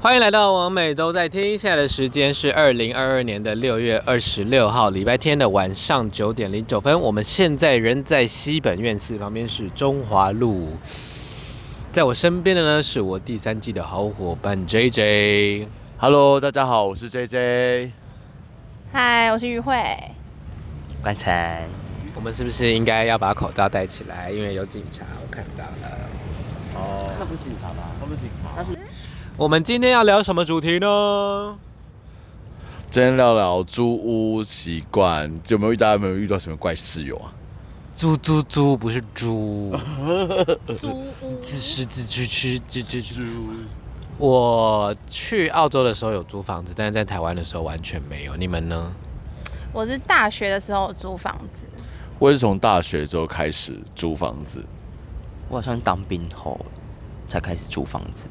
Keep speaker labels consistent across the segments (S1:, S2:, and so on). S1: 欢迎来到王美都在听，现在的时间是二零二二年的六月二十六号礼拜天的晚上九点零九分。我们现在人在西本院寺，旁边是中华路。在我身边的呢，是我第三季的好伙伴 J J。
S2: Hello，大家好，我是 JJ。
S3: 嗨，我是于慧。
S4: 棺材，
S1: 我们是不是应该要把口罩戴起来？因为有警察，我看到了。
S2: 哦，那不是警察吧？他不是警察。
S1: 我们今天要聊什么主题呢？
S2: 今天聊聊租屋习惯，有没有遇到有没有遇到什么怪室友啊？
S1: 猪猪猪不是猪，
S2: 呃
S3: 租屋
S1: 自吃自吃吃吃吃吃。我去澳洲的时候有租房子，但是在台湾的时候完全没有。你们呢？
S3: 我是大学的时候租房子，
S2: 我也是从大学之后开始租房子，
S4: 我好像当兵后才开始租房子，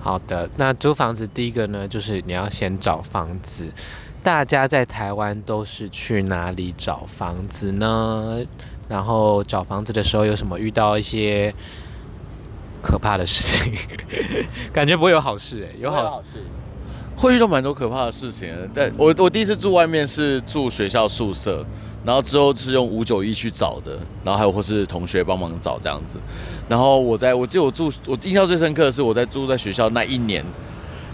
S1: 好的，那租房子第一个呢，就是你要先找房子。大家在台湾都是去哪里找房子呢？然后找房子的时候有什么遇到一些可怕的事情？ 感觉不会有好事哎、有好
S2: 会遇到蛮多可怕的事情的。但我我第一次住外面是住学校宿舍，然后之后是用五九一去找的，然后还有或是同学帮忙找这样子。然后我在我记得我住我印象最深刻的是我在住在学校那一年，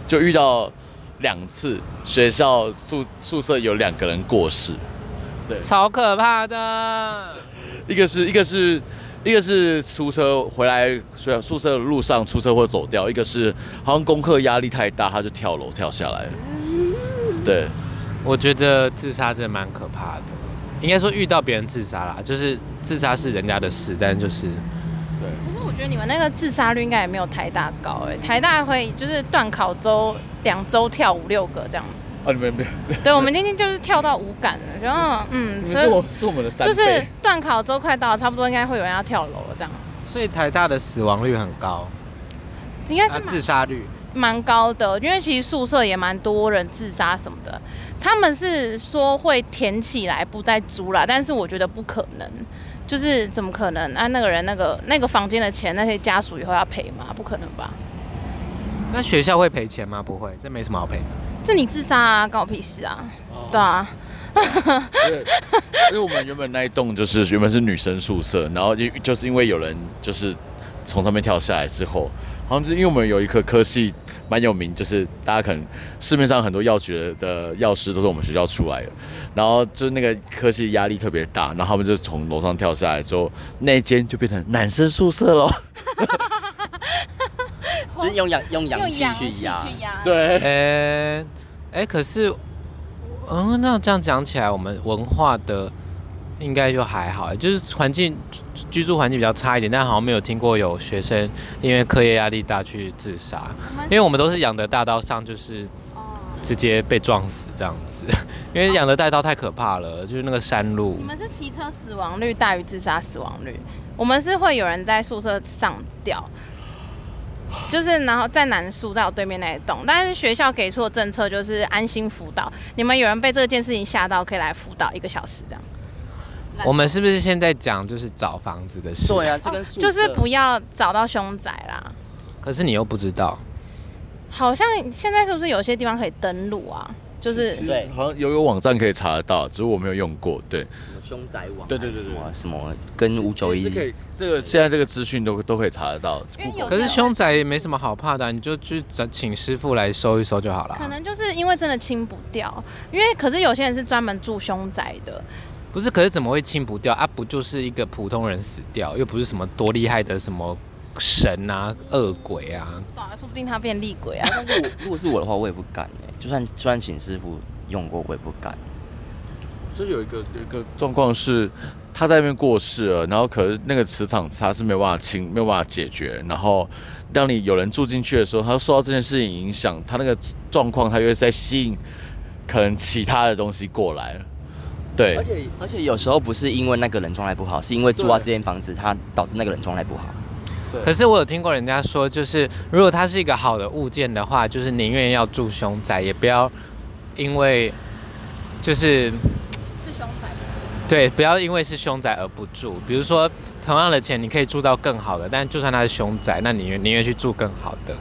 S2: 就遇到两次学校宿宿舍有两个人过世，
S1: 超可怕的。
S2: 一个是一个是一个是出车回来宿宿舍的路上出车祸走掉，一个是好像功课压力太大，他就跳楼跳下来了。对，
S1: 我觉得自杀真的蛮可怕的，应该说遇到别人自杀啦，就是自杀是人家的事，但就是
S3: 可是我觉得你们那个自杀率应该也没有台大高哎、台大会就是断考周两周跳五六个这样 子，
S2: 啊，你们没有，
S3: 对我们今天就是跳到无感了，然后嗯，
S2: 你
S3: 所
S2: 们是
S3: 以
S2: 我是我们的三
S3: 就
S2: 倍，
S3: 是断考周快到了，差不多应该会有人要跳楼了这样，
S1: 所以台大的死亡率很高，
S3: 应该
S1: 啊
S3: 是蛮
S1: 自杀率
S3: 蛮高的，因为其实宿舍也蛮多人自杀什么的，他们是说会填起来不再租啦，但是我觉得不可能，就是怎么可能啊？那个人那个那个房间的钱，那些家属以后要赔吗？不可能吧？
S1: 那学校会赔钱吗？不会，这没什么好赔的。
S3: 这你自杀啊，关我屁事啊！对啊，
S2: 对因为我们原本那一栋就是原本是女生宿舍，然后就就是因为有人就是从上面跳下来之后，好像就是因为我们有一科科系蛮有名，就是大家可能市面上很多药学的药师都是我们学校出来的，然后就是那个科系压力特别大，然后他们就从楼上跳下来之后，那一间就变成男生宿舍喽。
S4: 就是用阳哦用阳气去压。
S3: 压
S2: 对，
S1: 诶、诶、哎可是，嗯，那这样讲起来，我们文化的应该就还好，就是环境居居住环境比较差一点，但好像没有听过有学生因为课业压力大去自杀，因为我们都是养德大道上，就是
S3: 哦
S1: 直接被撞死这样子， 因为养德大道太可怕了，就是那个山路
S3: 你。们是骑车死亡率大于自杀死亡率，我们是会有人在宿舍上吊，就是然后在南宿在我对面那一栋，但是学校给出的政策就是安心辅导，你们有人被这件事情吓到，可以来辅导一个小时这样。
S1: 我们是不是现在讲就是找房子的事？
S4: 对啊，这跟宿舍
S3: 哦就是不要找到凶宅啦，
S1: 可是你又不知道，
S3: 好像现在是不是有些地方可以登录啊？就是
S4: 对
S2: 好像有有网站可以查得到，只是我没有用过。对，
S4: 什么凶宅网，
S2: 对对对
S4: 什
S2: 对
S4: 么什么跟五九
S2: 其实可
S4: 一
S2: 以，这个现在这个资讯都都可以查得到。
S3: 因为有
S1: 可是凶宅也没什么好怕的啊、你就去找请师傅来收一收就好了啊。
S3: 可能就是因为真的清不掉，因为可是有些人是专门住凶宅的，
S1: 不是，可是怎么会清不掉啊？不就是一个普通人死掉，又不是什么多厉害的什么神啊、恶鬼啊。
S3: 对啊说不定他变厉 鬼啊。
S4: 哎但是我如果是我的话，我也不敢哎、就算就算请师傅用过，我也不敢。
S2: 就有一个有一个状况是，他在那边过世了，然后可是那个磁场他是没有办法清，没有办法解决，然后让你有人住进去的时候，他受到这件事情影响，他那个状况他又是在吸引可能其他的东西过来了。对
S4: 而，且而且有时候不是因为那个人状态不好，是因为住到这间房子，它导致那个人状态不好。
S2: 对
S1: 可是我有听过人家说，就是如果它是一个好的物件的话，就是宁愿要住凶宅，也不要因为就是
S3: 是凶宅吗
S1: 对，不要因为是凶宅而不住。比如说，同样的钱你可以住到更好的，但就算它是凶宅，那你宁愿宁愿去住更好的。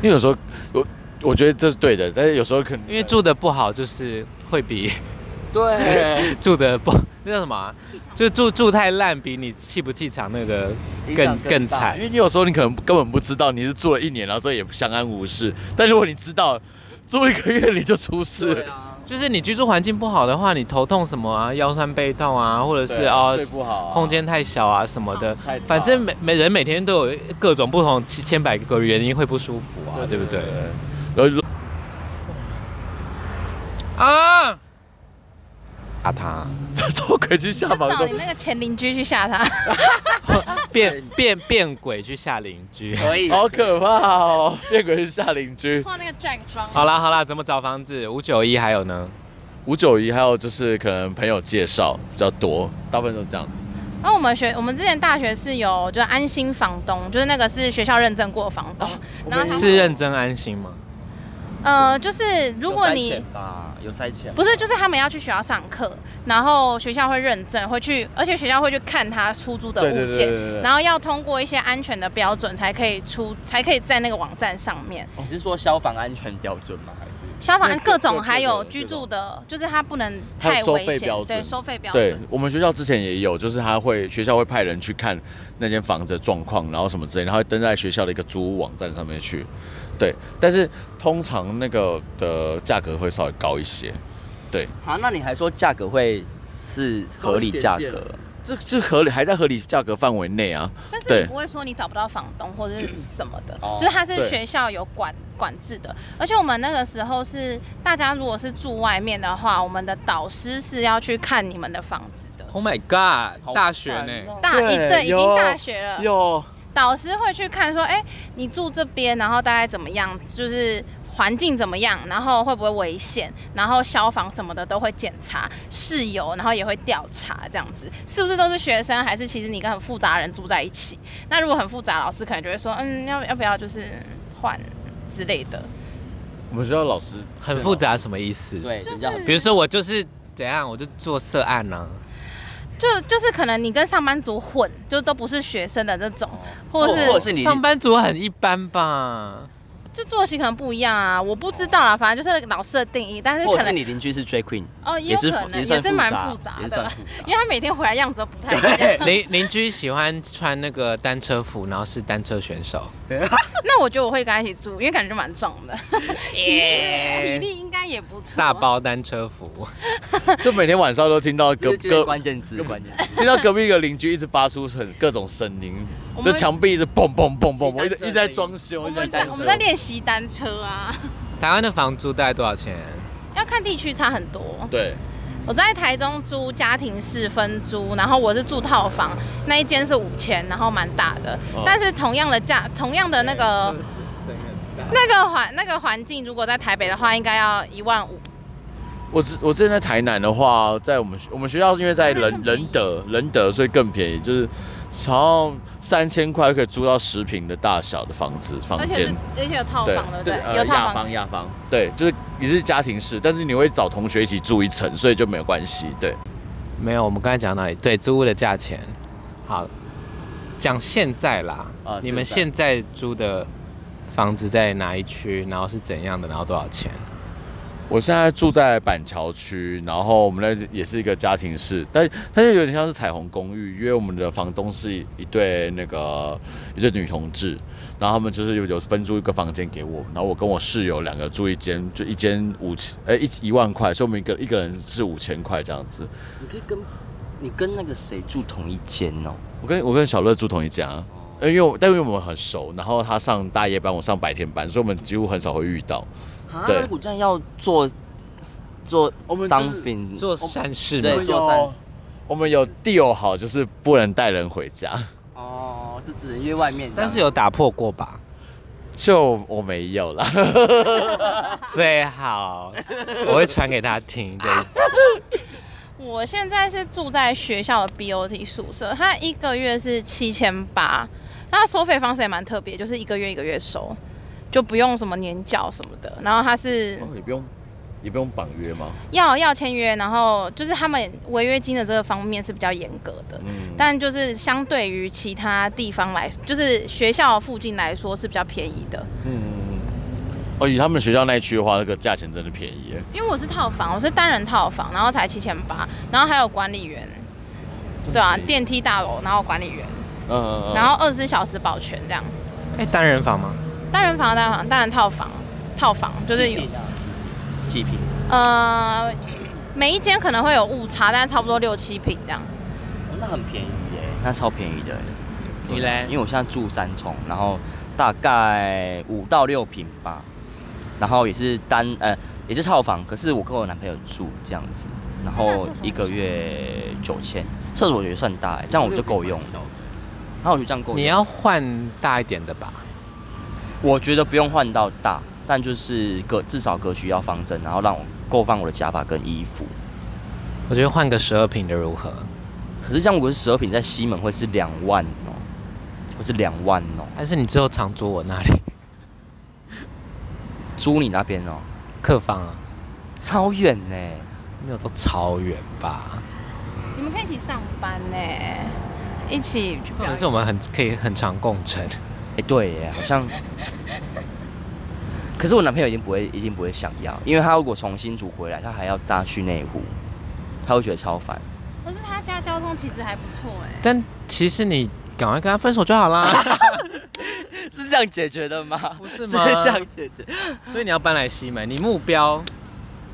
S2: 因为有时候我我觉得这是对的，但是有时候可能
S1: 因为住的不好就是会比
S2: 对
S1: 住的不 那叫什么啊、就是住住太烂比你气不气场那个
S5: 影响
S1: 更
S5: 更
S1: 更
S5: 大
S1: 惨
S2: 因。为你有时候你可能根本不知道你是住了一年，然后之后也相安无事，但如果你知道住一个月你就出事了，
S1: 就是你居住环境不好的话，你头痛什么啊，腰酸背痛啊，或者是啊、
S2: 睡不好啊，
S1: 空间太小啊什么的
S2: 太，吵
S1: 反正每每人每天都有各种不同千千百个原因会不舒服啊，对不对？
S2: 然后
S1: 啊！打啊他，
S2: 这时候鬼去下
S3: 就
S2: 房
S3: 找
S2: 东
S3: 你，那个前邻居去吓他，
S1: 变变变鬼去吓邻居。
S4: 可以
S2: 好可怕哦！变鬼去下邻居，
S3: 画那个 Jack 妆。
S1: 好啦好啦，怎么找房子？五九一还有呢？
S2: 五九一还有就是可能朋友介绍比较多，大部分都这样子。
S3: 然后我们学，我们之前大学是有就是安心房东，就是那个是学校认证过的房东，
S2: 哦
S3: 然后他
S1: 是认真安心吗？
S3: 呃，就是如果
S4: 有
S3: 你
S4: 筛。选吧有筛选，
S3: 不是，就是他们要去学校上课，然后学校会认证，会去，而且学校会去看他出租的物件，
S2: 对对对对对对
S3: 然后要通过一些安全的标准才可以出，才可以在那个网站上面。
S4: 你是说消防安全标准吗？还是
S3: 消防
S2: 那
S3: 各种
S2: 各
S3: 还有
S2: 各种
S3: 居住的，就是它不能
S2: 还有
S3: 太
S2: 收
S3: 危
S2: 费
S3: 险
S2: 标，
S3: 对
S2: 准
S3: 收费标
S2: 对
S3: 准。
S2: 我们学校之前也有，就是他会学校会派人去看那间房子的状况，然后什么之类，然后登在学校的一个租屋网站上面去。对，但是通常那个的价格会稍微高一些。
S4: 好？那你还说价格会是合理价
S5: 高一点
S4: 格？
S2: 这是合理，还在合理价格范围内啊。
S3: 但是
S2: 对
S3: 你不会说你找不到房东或者是什么的
S4: 哦，
S3: 就是它是
S2: 对
S3: 学校有管管制的。而且我们那个时候是大家如果是住外面的话，我们的导师是要去看你们的房子的。
S1: Oh my god！大
S5: 啊
S1: 学呢？
S3: 大一
S2: 对
S3: 对已
S2: 有
S3: 经大学
S4: 呃
S3: 了，
S2: 有
S3: 导师会去看说，哎、你住这边，然后大概怎么样，就是环境怎么样，然后会不会危险，然后消防什么的都会检查，室友然后也会调查这样子，是不是都是学生，还是其实你跟很复杂的人住在一起？那如果很复杂，老师可能就会说，嗯，要要不要就是换之类的，
S2: 我们学校老师
S1: 很复杂什么意思？，
S4: 对，
S3: 就
S4: 比较
S1: 比
S3: 是
S1: 如说我就是怎样，我就做涉案啊呢、
S3: 就就是可能你跟上班族混，就都不是学生的这种，或
S4: 或
S3: 者是
S4: 或者是你
S1: 上班族很一般吧？
S3: 就作息可能不一样啊，我不知道啊，反正就是老师的定义，但是
S4: 或
S3: 可
S4: 者是
S3: 能
S4: 你邻居是 drag queen，
S3: 哦，也
S4: 也
S3: 有
S4: 是
S3: 可能
S4: 也
S3: 也
S4: 算
S3: 是
S4: 复
S3: 蛮
S4: 杂
S3: 复杂
S4: 也是
S3: 的
S4: 算复，杂
S3: 因为他每天回来样子都不太一样。
S1: 邻邻居喜欢穿那个单车服，然后是单车选手。
S3: 那我觉得我会跟他一起住，因为感觉就蛮壮的，体力体力应该也不错。
S1: 哎大包单车服，
S2: 就每天晚上都听到
S4: 这
S2: 隔
S4: 是就是
S2: 隔
S4: 关键字，关键字。
S2: 听到隔壁一个邻居一直发出很各种声音
S3: 我，
S2: 就
S3: 们
S2: 墙壁一直蹦蹦蹦蹦蹦，一直
S4: 是
S2: 一直在装修，
S3: 我
S2: 一直
S3: 们
S2: 在
S3: 在
S2: 装
S3: 我们
S2: 修
S3: 在练习单车啊，
S1: 台湾的房租大概多少钱？
S3: 要看地区差很多。
S2: 对，
S3: 我在台中租家庭式分租，然后我是住套房，那一间是五千，然后蛮大的
S2: 哦，
S3: 但是同样的价，同样的那个那个环那个环境，如果在台北的话，应该要一万五。
S2: 我之我之前在台南的话，在我们学我们学校是因为在 仁仁德仁德，所以更便宜，就是好像三千块就可以租到十平的大小的房子房
S3: 而且
S2: 间
S3: 是，而且有套
S2: 对
S3: 房，对不
S2: 呃
S3: 对？有套房，
S2: 亚房，对，就是也是家庭式，但是你会找同学一起住一层，所以就没有关系，对，
S1: 没有，我们刚才讲到哪里？对，租屋的价钱。好，讲现在啦。
S4: 哦
S2: 啊
S1: 你们现
S2: 现
S1: 在租的房子在哪一区？然后是怎样的？然后多少钱？
S2: 我现在住在板桥区，然后我们那也是一个家庭式，但它就有点像是彩虹公寓，因为我们的房东是一对那个一对女同志，然后他们就是有有分租一个房间给我，然后我跟我室友两个住一间，就一间五千，呃一一万块，所以我们一个一个人是五千块这样子。
S4: 你可以跟你跟那个谁住同一间哦，
S2: 我跟我跟小乐住同一家，呃因为我但因为我们很熟，然后他上大夜班，我上白天班，所以我们几乎很少会遇到。
S4: 啊
S2: 对
S4: 那古站要做做
S2: 我们就是
S4: something
S1: 做善事
S4: 对
S1: 吗？
S2: 我们
S4: 做善
S2: 有我们有 deal 好，就是不能带人回家。
S4: 哦，这只能约外面这样，
S1: 但是有打破过吧？
S2: 就我没有啦，
S1: 最好，我会传给他听这一集。
S3: 我现在是住在学校的 BOT 宿舍，它一个月是七千八，那它收费方式也蛮特别，就是一个月一个月收，就不用什么年缴什么的。然后它是
S2: 哦也不用，也不用绑约吗？
S3: 要要签约，然后就是他们违约金的这个方面是比较严格的，
S2: 嗯，
S3: 但就是相对于其他地方来，就是学校附近来说是比较便宜的。
S2: 嗯，哦，以他们学校那一区的话，那个价钱真的便宜耶，
S3: 因为我是套房，我是单人套房，然后才七千八，然后还有管理员，对啊，电梯大楼，然后管理员，
S2: 嗯嗯嗯，
S3: 然后二十四小时保全这样，
S1: 哎、单人房吗？
S3: 单人房、单人房、单人套房、套房就是有
S4: 几平，
S3: 呃，每一间可能会有误差，但是差不多六七平这样。
S4: 哦那很便宜耶，那超便宜的耶。
S1: 你嘞
S4: 因为我现在住三重，然后大概五到六平吧，然后也是单呃也是套房，可是我跟我男朋友住这样子，然后一个月九千，厕所也算大耶，这样我就够用了。然后我就这样够用。
S1: 你要换大一点的吧？
S4: 我觉得不用换到大，但就是格至少格局要方正，然后让我够放我的假发跟衣服。
S1: 我觉得换个十二平的如何？
S4: 可是这样如果是十二品在西门会是两万哦、会是两万哦、
S1: 还是你之后常租我那里
S4: 租你那边哦、
S1: 客房啊？
S4: 超远欸呢、
S1: 没有到超远吧？
S3: 你们可以一起上班呢、一起去
S1: 可
S3: 表
S1: 能
S3: 演
S1: 是。我们很可以很常共乘。
S4: 哎、对耶，好像。可是我男朋友一定不会，一定不会想要，因为他如果从新竹回来，他还要搭去内湖，他会觉得超烦。
S3: 可是他家交通其实还不错哎、
S1: 但其实你赶快跟他分手就好啦。
S4: 是这样解决的吗？
S1: 不是吗
S4: 是这样解决。
S1: 所以你要搬来西门，你目标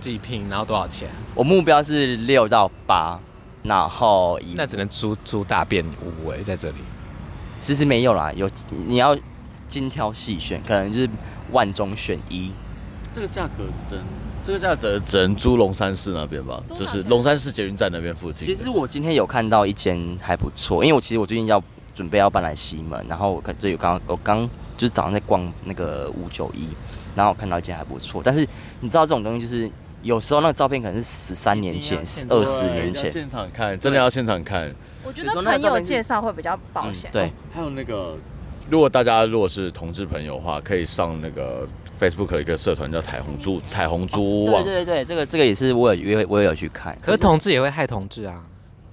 S1: 几平，然后多少钱？
S4: 我目标是六到八，然后以
S1: 那只能租租大便屋哎、在这里。
S4: 其实没有啦，有你要精挑细选，可能就是万中选一。
S2: 这个价格真，这个价格只能租龙山寺那边吧，
S3: 多少
S2: 就
S3: 钱
S2: 是龙山寺捷运站那边附近。
S4: 其实我今天有看到一间还不错，因为我其实我最近要准备要搬来西门，然后我看就有刚我刚就是早上在逛那个五九一，然后我看到一间还不错，但是你知道这种东西就是有时候那个照片可能是十三年
S1: 一定
S4: 前
S1: 要、现做
S4: 二十
S2: 对
S4: 年
S2: 要
S4: 前，
S2: 现场看，真的要现场看。
S3: 我觉
S4: 你
S3: 得
S4: 说那
S3: 朋
S4: 照
S3: 友
S4: 片是
S3: 介绍会比较保
S4: 嗯
S3: 险、，
S4: 对，
S2: 还有那个，如果大家如果是同志朋友的话，可以上那个 Facebook 有一个社团叫彩虹租彩虹租屋
S4: 对
S2: 网。
S4: 对对，这个这个也是我有约我也有去看，
S1: 可是同志也会害同志啊。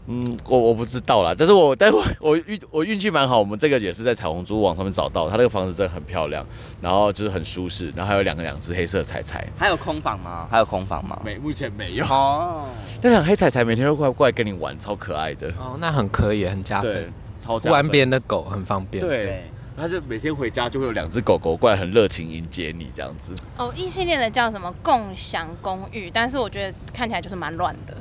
S2: 嗯，我我不知道啦，但是我 但我我运我运气蛮好，我们这个也是在彩虹租屋网上面找到，它那个房子真的很漂亮，然后就是很舒适，然后还有两个两只黑色的彩彩。
S4: 还有空房吗？还有空房吗？
S2: 没，目前没有。
S4: 哦，
S2: 那两黑彩彩每天都过来过来跟你玩，超可爱的。
S1: 哦，那很可以，很加
S2: 对
S1: 分。，
S2: 超加分
S1: 玩别人的狗很方便。，
S2: 对，，他就每天回家就会有两只狗狗过来，很热情迎接你这样子。
S3: 哦，异性恋的叫什么共享公寓，但是我觉得看起来就是蛮乱的，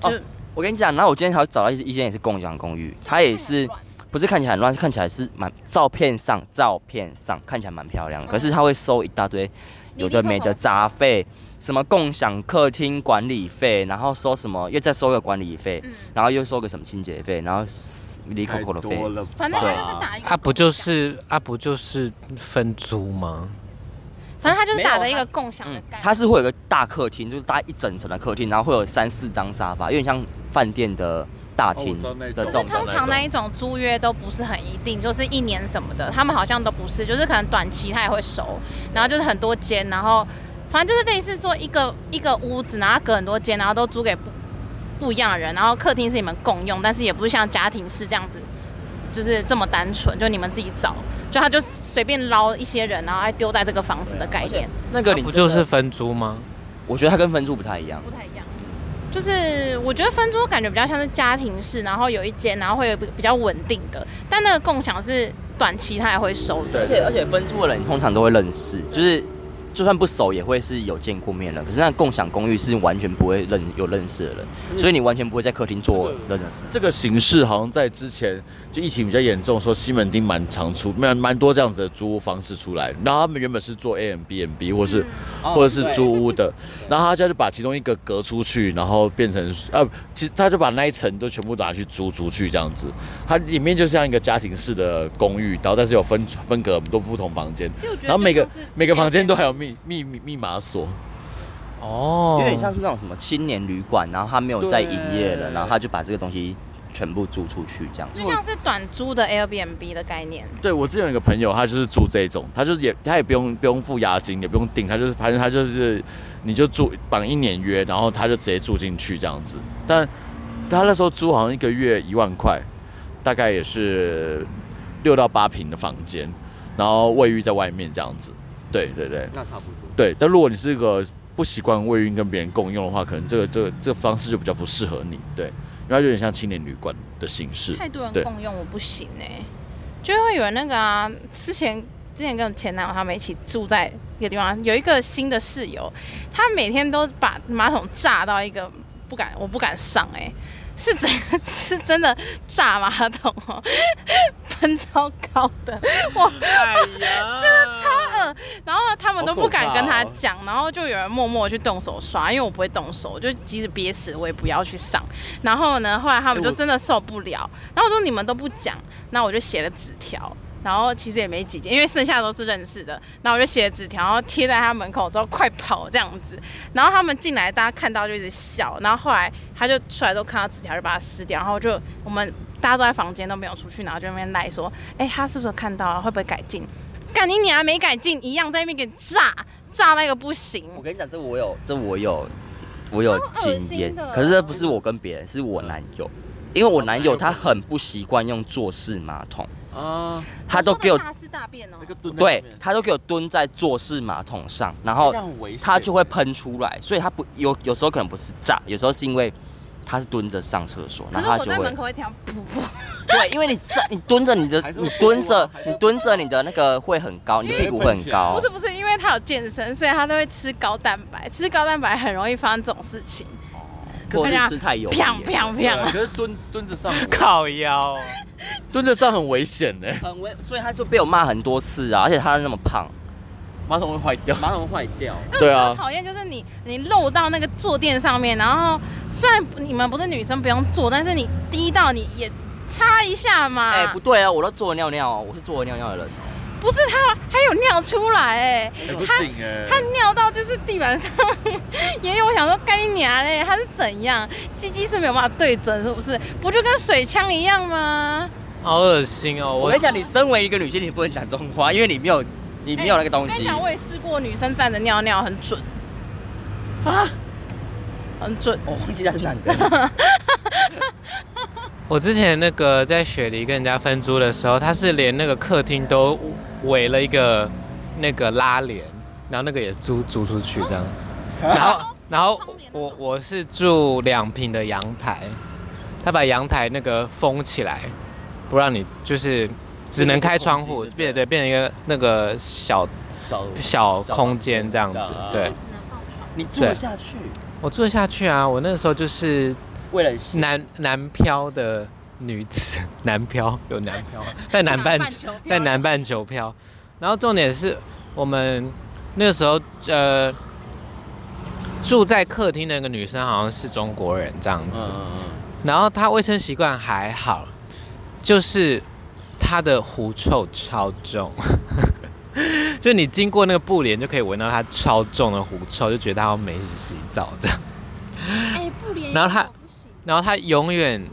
S3: 就、
S4: 哦我跟你讲，然后我今天还找到一一间也是共享公寓，它也是不是看起来很乱，看起来是蛮照片上照片上看起来蛮漂亮，可是它会收一大堆有的没的杂费，什么共享客厅管理费，然后收什么又再收个管理费，
S3: 嗯
S4: 然后又收个什么清洁费，然后离口口的费，
S2: 了，
S3: 反正他
S4: 对
S3: 就是打一个，
S1: 啊不就是啊不就是分租吗？
S3: 反正他就是打着一
S4: 没
S3: 个
S4: 有
S3: 共享的
S4: 嗯
S3: 概念，，
S4: 它是会有个大客厅，就是搭一整层的客厅，然后会有三四张沙发，有点像饭店的大
S2: 哦我
S4: 厅
S2: 知道那
S4: 的
S2: 种
S3: 可
S4: 这种
S3: 是
S2: 的
S3: 通常那一种租约都不是很一定，就是一年什么的，他们好像都不是，就是可能短期他也会熟，然后就是很多间，然后反正就是类似说一个一个屋子，然后隔很多间，然后都租给不不一样的人，然后客厅是你们共用，但是也不是像家庭式这样子，就是这么单纯，就你们自己找，就他就随便捞一些人，然后还哎丢在这个房子的概念，
S4: 那个
S1: 啊
S4: 你
S1: 不
S4: 真
S1: 就
S4: 的
S1: 是分租吗？
S4: 我觉得它跟分数不太一样。
S3: 不太一样。就是我觉得分租感觉比较像是家庭式，然后有一间，然后会有比较稳定的，但那个共享是短期他也会收的。
S4: 而且而且分租的人通常都会认识，就是就算不熟也会是有见过面的。可是那共享公寓是完全不会认有认识的人，所以你完全不会在客厅做认识。
S2: 这个形式好像在之前就疫情比较严重，说西门町蛮常出蛮蛮多这样子的租屋方式出来，然后他们原本是做 A M B N B 或是、
S4: 哦
S2: 或者是租屋的，然后他家就把其中一个隔出去，然后变成呃，其实他就把那一层都全部拿去租出去这样子，它里面就像一个家庭式的公寓，然后但是有分分隔很多不同房间，
S3: 其实我觉得
S2: 然后每个
S3: 就像是
S2: 每个房间都还有密密密密码锁，
S1: 哦，
S4: 有点像是那种什么青年旅馆，然后他没有在营业了，
S2: 对
S4: 然后他就把这个东西全部租出去，这样
S3: 就像是短租的 Airbnb 的概念。
S2: 对我之前有一个朋友，他就是住这种，他就是也他也不用不用付押金，也不用定，他就是反正他就是你就住绑一年约，然后他就直接住进去这样子。但他那时候租好像一个月一万块，大概也是六到八平的房间，然后卫浴在外面这样子。对对对
S4: 那差不多。
S2: 对，但如果你是一个不习惯卫浴跟别人共用的话，可能这个这个这个方式就比较不适合你，对，因为它有点像青年旅馆的形式。
S3: 太多人
S2: 对
S3: 共用我不行哎、就会有人那个啊，之前之前跟我前男友他们一起住在一个地方，有一个新的室友，他每天都把马桶炸到一个不敢，我不敢上哎、是真是真的 炸马桶哦， 喷超高的，
S1: 哎 呀，真的超
S3: 呃，然后他们都不敢跟他
S2: 好可怕哦
S3: 讲，然后就有人默默地去动手刷，因为我不会动手，就即使憋死我也不要去上。然后呢，后来他们
S2: 哎
S3: 就
S2: 我
S3: 真的受不了，然后我说你们都不讲，那我就写了纸条。然后其实也没几件，因为剩下的都是认识的。然后我就写了纸条，然后贴在他门口，之后快跑这样子。然后他们进来，大家看到就一直笑。然后后来他就出来之后看到纸条，就把它撕掉。然后就我们大家都在房间都没有出去，然后就在那边赖说：“哎、他是不是有看到啊？会不会改进？”干你娘，没改进，一样在那边给你炸炸那个不行。
S4: 我跟你讲，这我有，这我有，我有
S3: 超恶
S4: 经
S3: 心
S4: 验
S3: 的。
S4: 可是这不是我跟别人，是我男友，因为我男友他很不习惯用坐式马桶，
S2: 啊，
S4: 他都给我
S3: 大是大便哦、
S2: 蹲
S4: 对他都给我蹲在坐式马桶上，然后它就会喷出来，所以它不有有时候可能不是炸，有时候是因为它是蹲着上厕所，
S3: 可
S4: 然
S3: 是
S4: 后它
S3: 我
S4: 就
S3: 在门
S4: 会
S3: 口会听到噗噗，
S4: 对，因为你站你蹲着你的
S2: 还是会
S4: 你
S2: 喷
S4: 蹲
S2: 出来
S4: 着
S2: 还是
S4: 你
S2: 会
S4: 蹲着你的那个会很高，你的
S3: 因为
S4: 屁股会很高
S3: 不。是不是，因为他有健身，所以他都会吃高蛋白，吃高蛋白很容易发生这种事情，
S4: 或
S3: 大
S4: 者
S3: 家
S4: 是吃太油腻
S3: 啪
S4: 了，
S3: 啪
S2: 对，啊
S3: 啪，
S2: 可是蹲蹲着上，
S1: 靠腰哦，
S2: 蹲着上很危险欸呢，
S4: 很危，所以他就被我骂很多次啊，而且他那么胖，
S2: 马桶会坏掉。
S4: 马桶坏掉。
S2: 对
S3: 超
S2: 啊，
S3: 讨厌就是你你漏到那个坐垫上面，然后虽然你们不是女生不用坐，但是你滴到你也擦一下嘛，
S4: 哎、不对啊，我都坐了尿尿哦，我是坐了尿尿的人哦。
S3: 不是他还有尿出来哎、
S2: 哎不行哎，
S3: 他尿到就是地板上， 也有我想说干你娘嘞，他是怎样？鸡鸡是没有办法对准，是不是？不就跟水枪一样吗？
S1: 好恶心哦！
S4: 我
S1: 我
S4: 跟你讲，你身为一个女性，你不能讲这种话，因为你没有你没有那个东
S3: 我跟
S4: 西。
S3: 你哎讲，我也试过，女生站着尿尿很准啊，很准。
S4: 哦我忘记他是男的。
S1: 我之前那个在雪梨跟人家分租的时候，他是连那个客厅都围了一个那个拉帘，然后那个也租租出去这样 子。然后，然后我我是住两平的阳台，他把阳台那个封起来，不让你就是只能开窗户，变对变成一个那个小
S4: 小
S1: 小空间这样子。啊对，
S4: 你住得下去？
S1: 我住得下去啊，我那时候就是
S4: 为了洗
S1: 南南漂的女子， 南漂有南漂， 在南半球
S3: 南半球漂，
S1: 在南半球漂。然后重点是我们那个时候呃住在客厅的那个女生好像是中国人这样子，然后她卫生习惯还好，就是她的狐臭超重。 就你经过那个布帘，就可以闻到她超重的狐臭，就觉得她要没洗洗澡这样。
S3: 哎、不连
S1: 然后他然后他永远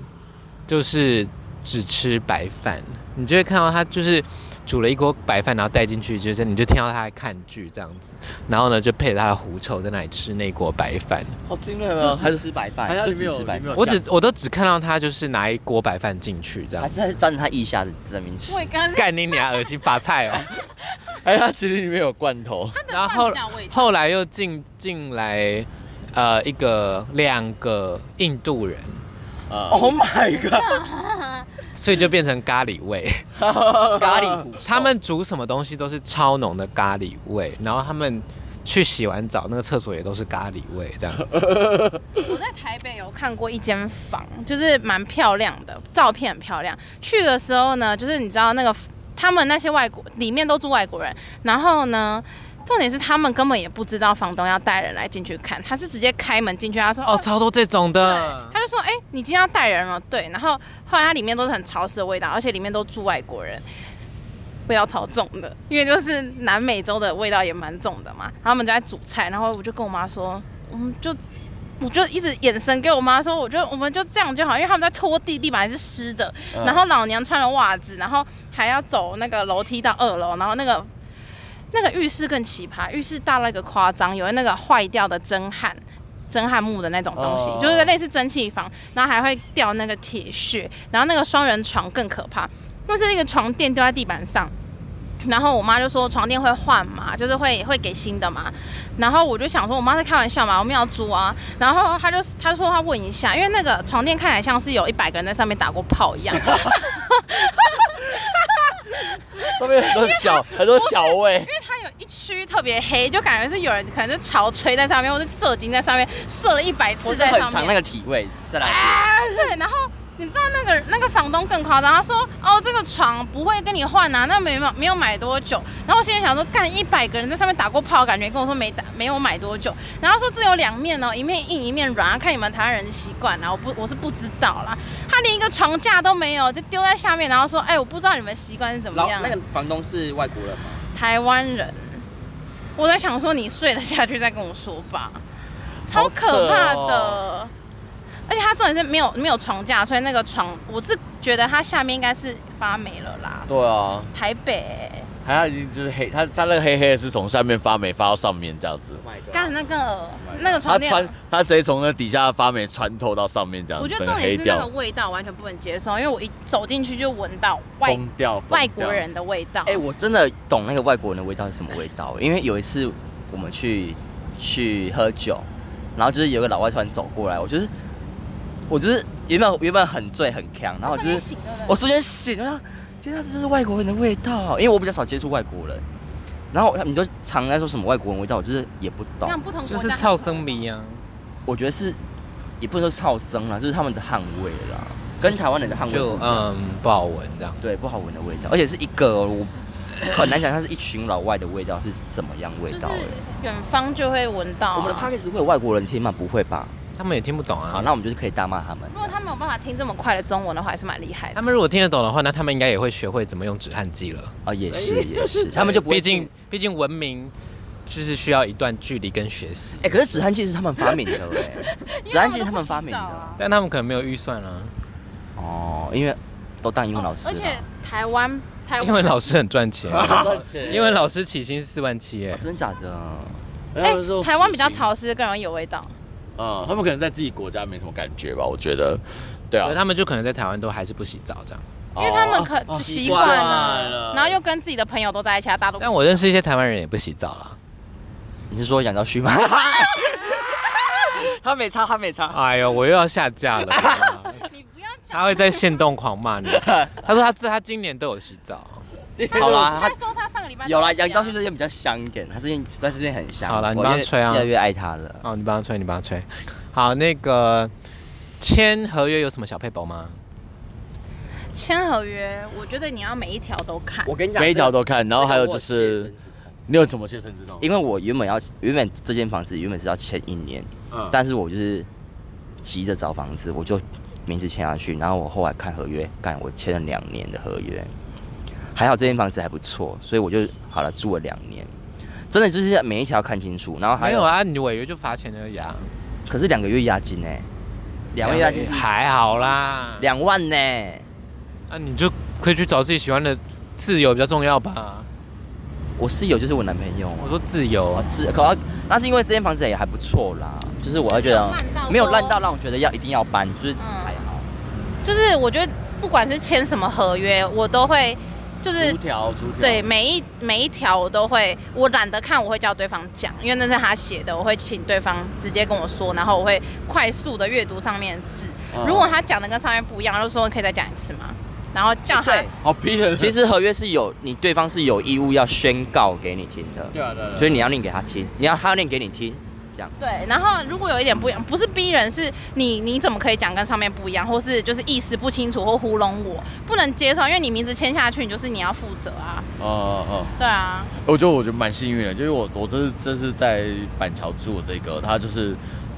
S1: 就是只吃白饭，你就会看到他就是煮了一锅白饭，然后带进去，就是你就听到他在看剧这样子，然后呢就配着他的狐臭在那里吃那锅白饭，
S2: 好惊人
S4: 就
S2: 啊！
S4: 只
S2: 还
S4: 是
S2: 是
S4: 吃白
S2: 还
S4: 饭，
S2: 是
S4: 就
S2: 你没
S4: 只
S2: 有
S4: 吃白饭，
S1: 我只我都只看到他就是拿一锅白饭进去这样
S4: 还
S1: 子
S4: 是，他是站在他腋下的这边吃
S3: 我。也刚
S1: 干你娘，恶心发菜哦！
S2: 哎，他其实里面有罐头，
S1: 然后后后来又进进来呃一个两个印度人，
S2: 啊，
S4: Oh my god！
S1: 所以就变成咖喱味。
S4: 咖喱糊，
S1: 他们煮什么东西都是超浓的咖喱味，然后他们去洗完澡，那个厕所也都是咖喱味，这样。
S3: 我在台北有看过一间房，就是蛮漂亮的，照片很漂亮。去的时候呢，就是你知道那个他们那些外国里面都住外国人，然后呢。重点是他们根本也不知道房东要带人来进去看，他是直接开门进去，他说
S1: 哦，超多这种的。
S3: 他就说：“哎、你今天要带人了，对。”然后后来它里面都是很潮湿的味道，而且里面都住外国人，味道超重的，因为就是南美洲的味道也蛮重的嘛。然后我们就在煮菜，然后我就跟我妈说：“我们就。”我就一直眼神给我妈说，我就我们就这样就好，因为他们在拖地，地板还是湿的。然后老娘穿了袜子，然后还要走那个楼梯到二楼，然后那个那个浴室更奇葩，浴室大到一个夸张，有那个坏掉的蒸汗、蒸汗木的那种东西，
S4: 哦
S3: 就是类似蒸汽房，然后还会掉那个铁屑，然后那个双人床更可怕，那是那个床垫掉在地板上，然后我妈就说床垫会换嘛，就是会会给新的嘛。然后我就想说，我妈在开玩笑嘛，我们要租啊。然后她就她说她问一下，因为那个床垫看起来像是有一百个人在上面打过炮一样，
S2: 上面很多 小很多小味，
S3: 因为它有一区特别黑，就感觉是有人可能是潮吹在上面，或者是射精在上面，射了一百次
S4: 我
S3: 在
S4: 很
S3: 上
S4: 尝那
S3: 面。啊
S4: 个体味，再来一遍。
S3: 对，然后你知道那个那个房东更夸张，他说哦这个床不会跟你换啊，那没买没有买多久。然后我心里想说，干一百个人在上面打过炮，感觉跟我说没打没有买多久。然后他说这有两面哦，一面硬一面软，啊看你们台湾人的习惯啦，我不我是不知道啦。他连一个床架都没有，就丢在下面，然后说哎我不知道你们习惯是怎么
S4: 老
S3: 样。
S4: 那个房东是外国人吗？
S3: 台湾人，我在想说你睡得下去再跟我说吧，超
S2: 好扯
S3: 可怕的。
S2: 哦
S3: 而且它重点是没有没有床架，所以那个床我是觉得它下面应该是发霉了啦。
S2: 对啊，
S3: 台北欸
S2: 还有已经就是黑，他他那个黑黑的是从下面发霉发到上面这样子，
S3: 干那个那个
S2: 他
S3: 床
S2: 啊穿嗯
S3: 垫，
S2: 他直接从那底下发霉穿透到上面这样，
S3: 我觉得
S2: 整个
S3: 重点
S2: 黑
S3: 是那个
S2: 掉，
S3: 味道完全不能接受，因为我一走进去就闻到外
S2: 疯掉，疯
S3: 外国
S2: 掉
S3: 人的味道。
S4: 哎、我真的懂那个外国人的味道是什么味道，因为有一次我们去去喝酒，然后就是有个老外突然走过来，我就是我就是原本原本很醉很呛，然后我就
S3: 瞬间
S4: 是
S3: 醒了
S4: 我瞬间醒了，天啊，这就是外国人的味道，因为我比较少接触外国人，然后你就常在说什么外国人味道，我就是也不懂，
S3: 像不同
S1: 就
S3: 国
S1: 是
S3: 家
S1: 超生迷啊，
S4: 我觉得是也不能说超生啦，就是他们的汗味啦，跟台湾人的汗味不
S1: 就
S4: 一样
S1: 嗯不好闻这样。
S4: 对，不好闻的味道，而且是一个哦、我很难想象是一群老外的味道是怎么样味
S3: 就是
S4: 道、欸。
S3: 远方就会闻到、
S4: 我们的
S3: 啊。
S4: podcast 会有外国人听吗？不会吧？
S1: 他们也听不懂啊。
S4: 好，那我们就是可以大骂他们
S3: 如。果他没有办法听这么快的中文的话，还是蛮厉害的
S1: 他。们如果听得懂的话，那他们应该也会学会怎么用止汗剂了。
S4: 啊，也是也是，他们就不会
S1: 毕竟
S4: 听。
S1: 毕竟文明就是需要一段距离跟学习，
S4: 哎、可是止汗剂是他们发 明的哎、止汗剂是他们发明
S3: 啊
S4: 的。
S1: 但他们可能没有预算啊。
S4: 哦，因为都当英文老师
S3: 哦
S4: 啊
S3: 而
S4: 了。
S3: 且台湾台
S1: 英文
S3: 湾
S1: 老师很赚 钱啊，英
S2: 因为
S1: 文老师起薪四万七耶
S4: 啊、。真的假的？
S3: 哎、台湾比较，潮湿，更容易有味道。
S2: 嗯，他们可能在自己国家没什么感觉吧，我觉得，对啊
S1: 对，他们就可能在台湾都还是不洗澡 这样。
S3: 因为他们可
S2: 哦哦
S3: 习
S2: 习
S3: 惯
S2: 惯
S3: 了，
S2: 了
S3: 然后又跟自己的朋友都在一起，啊大家都不
S1: 但我认识一些台湾人也不洗澡啦。
S4: 你是说养到 虚吗？他没差，他没差。
S1: 哎呦，我又要下架了。
S3: 你不要
S1: 他会在线动狂骂 你。他说他这他今年都有洗澡。
S4: 好啦，
S3: 他
S4: 他
S3: 说他上个礼拜
S4: 有啦，杨兆旭最近比较香一点，他最近在最近很香。
S1: 好啦你
S4: 我
S1: 帮他
S4: 越
S1: 吹啊
S4: 越来越爱他了。
S1: 哦，你帮他吹，你帮他吹。好，那个签合约有什么小配宝吗？
S3: 签合约，我觉得你要每一条都看。
S4: 我跟你讲，
S2: 每一条
S4: 这个
S2: 都看，然后还有就
S4: 这个我切身
S2: 是
S4: 之痛
S2: 你有怎么切身之痛？
S4: 因为我原本要原本这间房子原本是要签一年，
S2: 嗯
S4: 但是我就是急着找房子，我就名字签下去，然后我后来看合约，干我签了两年的合约，还好这间房子还不错，所以我就好了住了两年，真的就是每一条看清楚，然后还
S1: 没
S4: 有，
S1: 有啊，你违约就罚钱而已啊。
S4: 可是两个月押金呢、两个月押金是
S1: 还好啦。
S4: 两万呢、
S1: 那你就可以去找自己喜欢的自由比较重要吧。
S4: 我室友就是我男朋友啊
S1: 我说自由
S4: 我，自可那是因为这间房子也还不错啦，就是我要觉得啊没
S3: 没有
S4: 有
S3: 烂到说
S4: 烂到让我觉得要一定要搬，就是
S3: 嗯
S4: 还好。
S3: 就是我觉得不管是签什么合约，我都会就是
S2: 逐条逐条，
S3: 对，每一每一条我都会，我懒得看，我会叫对方讲，因为那是他写的，我会请对方直接跟我说，然后我会快速的阅读上面的字。如果他讲的跟上面不一样，就说可以再讲一次吗？然后叫他
S4: 对，
S2: 好逼 人。
S4: 其实合约是有你对方是有义务要宣告给你听的，
S2: 对啊对啊，
S4: 所
S2: 对啊
S4: 以你要念给他听，你要他要念给你听，这样。
S3: 对，然后如果有一点不一样，不是逼人，是你你怎么可以讲跟上面不一样，或是就是意识不清楚或糊弄我，不能接受，因为你名字签下去，你就是你要负责啊。
S2: 哦哦哦。
S3: 对啊，
S2: 我觉得我觉得蛮幸运的，就是我我这是这是在板桥住的这个，他就是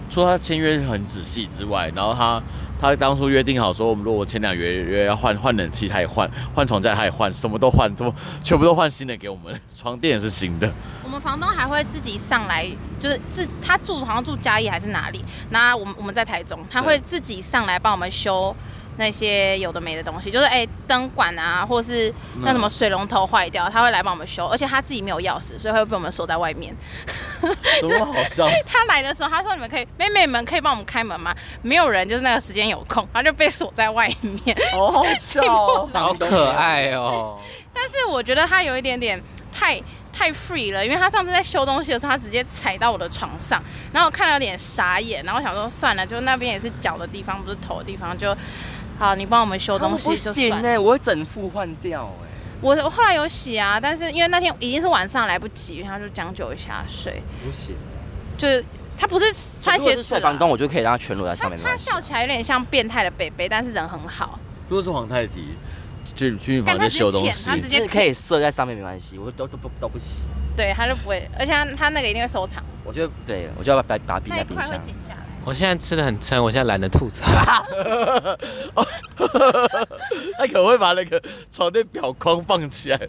S2: 除了他签约很仔细之外，然后他他当初约定好说，我们如果前两个月约要换换冷气，他也换换床架，他也换，什么都换，怎么全部都换新的给我们，床垫也是新的，
S3: 我们房东还会自己上来，就是自他住好像住嘉义还是哪里，那我们我们在台中，他会自己上来帮我们修那些有的没的东西，就是哎、灯管啊，或是
S2: 嗯
S3: 那什么水龙头坏掉，他会来帮我们修，而且他自己没有钥匙，所以会被我们锁在外面。
S2: 怎么好 笑？
S3: 他来的时候，他说你们可以，妹妹们可以帮我们开门吗？没有人，就是那个时间有空，他就被锁在外面。
S4: 好好笑哦，
S1: 好可爱哦。
S3: 但是我觉得他有一点点太太 free 了，因为他上次在修东西的时候，他直接踩到我的床上，然后我看了有点傻眼，然后我想说算了，就那边也是脚的地方，不是头的地方，就好，你帮我们修东西
S4: 不
S3: 就
S4: 行
S3: 算了。
S4: 哎，我会整副换掉哎。
S3: 我我后来有洗啊，但是因为那天已经是晚上来不及，然后就将就一下睡，
S4: 不行，
S3: 就是他不是穿
S4: 如果
S3: 鞋
S4: 是
S3: 子
S4: 睡
S3: 啦
S4: 房东，我就可以让他全裸在上
S3: 他
S4: 面。没
S3: 他
S4: 关系
S3: 笑起来有点像变态的北北，但是人很好。
S2: 如果是皇太极去去你房
S3: 干他
S2: 间
S3: 直接
S2: 修东
S3: 舔
S2: 西
S3: 他，直接
S4: 就是可以射在上面没关系，我都都不都不行。
S3: 对，他就不会，而且他他那个一定会收藏，
S4: 我就对我就要把把把冰
S3: 那
S4: 在
S3: 一
S4: 冰
S3: 块会
S4: 箱。
S3: 剪下来。
S1: 我现在吃的很撑，我现在懒得吐槽。
S2: 他可能会把那个床垫表框放起来。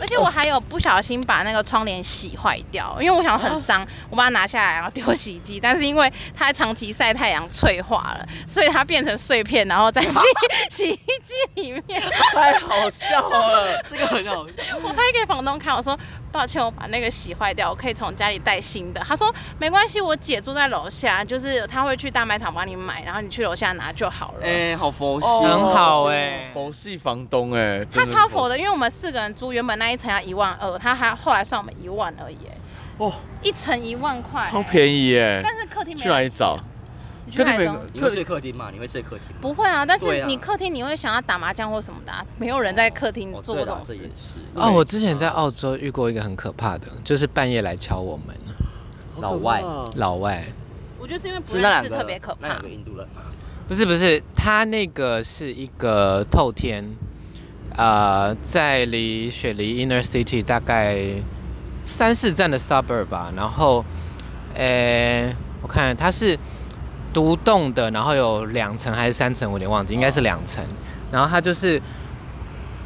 S3: 而且我还有不小心把那个窗帘洗坏掉，因为我想很脏，我把它拿下来然后丢洗衣机，但是因为它长期晒太阳脆化了，所以它变成碎片，然后在洗洗衣机里面。
S4: 太好笑了， 这个很好笑。
S3: 我拍给房东看，我说抱歉，我把那个洗坏掉，我可以从家里带新的。他说没关系，我姐住在楼下，就是她会去大卖场帮你买，然后你去楼下拿就好了。
S4: 哎，好佛系
S2: 哦
S1: 很
S4: 哦，
S1: 好哎
S2: 佛系房东哎、
S3: 他
S2: 真是
S3: 超佛的，因为我们四个人租原本那一层要一万二，他还后来算我们一万而已，
S2: 哦，
S3: 一层一万块，
S2: 超便宜哎、
S3: 但是客厅没
S2: 去哪里找？
S3: 你去哪里
S2: 客厅
S3: 找
S2: 没
S4: 你会睡客厅吗？你会睡客厅吗？
S3: 不会啊，但
S4: 对
S3: 是
S4: 啊
S3: 你客厅你会想要打麻将或什么的、啊，没有人在客厅
S4: 哦
S3: 做
S4: 对
S3: 这
S4: 啦
S3: 种
S4: 这
S3: 事
S4: 也。是
S1: 哦，我之前在澳洲遇过一个很可怕的，就是半夜来敲我门，
S4: 老外
S1: 老外。
S3: 我觉得是因为不
S4: 是那
S3: 认
S4: 两
S3: 识
S4: 个
S3: 特别可
S4: 那
S3: 怕
S4: 两个，印度人吗？
S1: 不是不是，他那个是一个透天，呃，在离雪梨 Inner City 大概三四站的 suburb 吧。然后，呃、我看它是独栋的，然后有两层还是三层，我有点忘记，应该是两层。然后它就是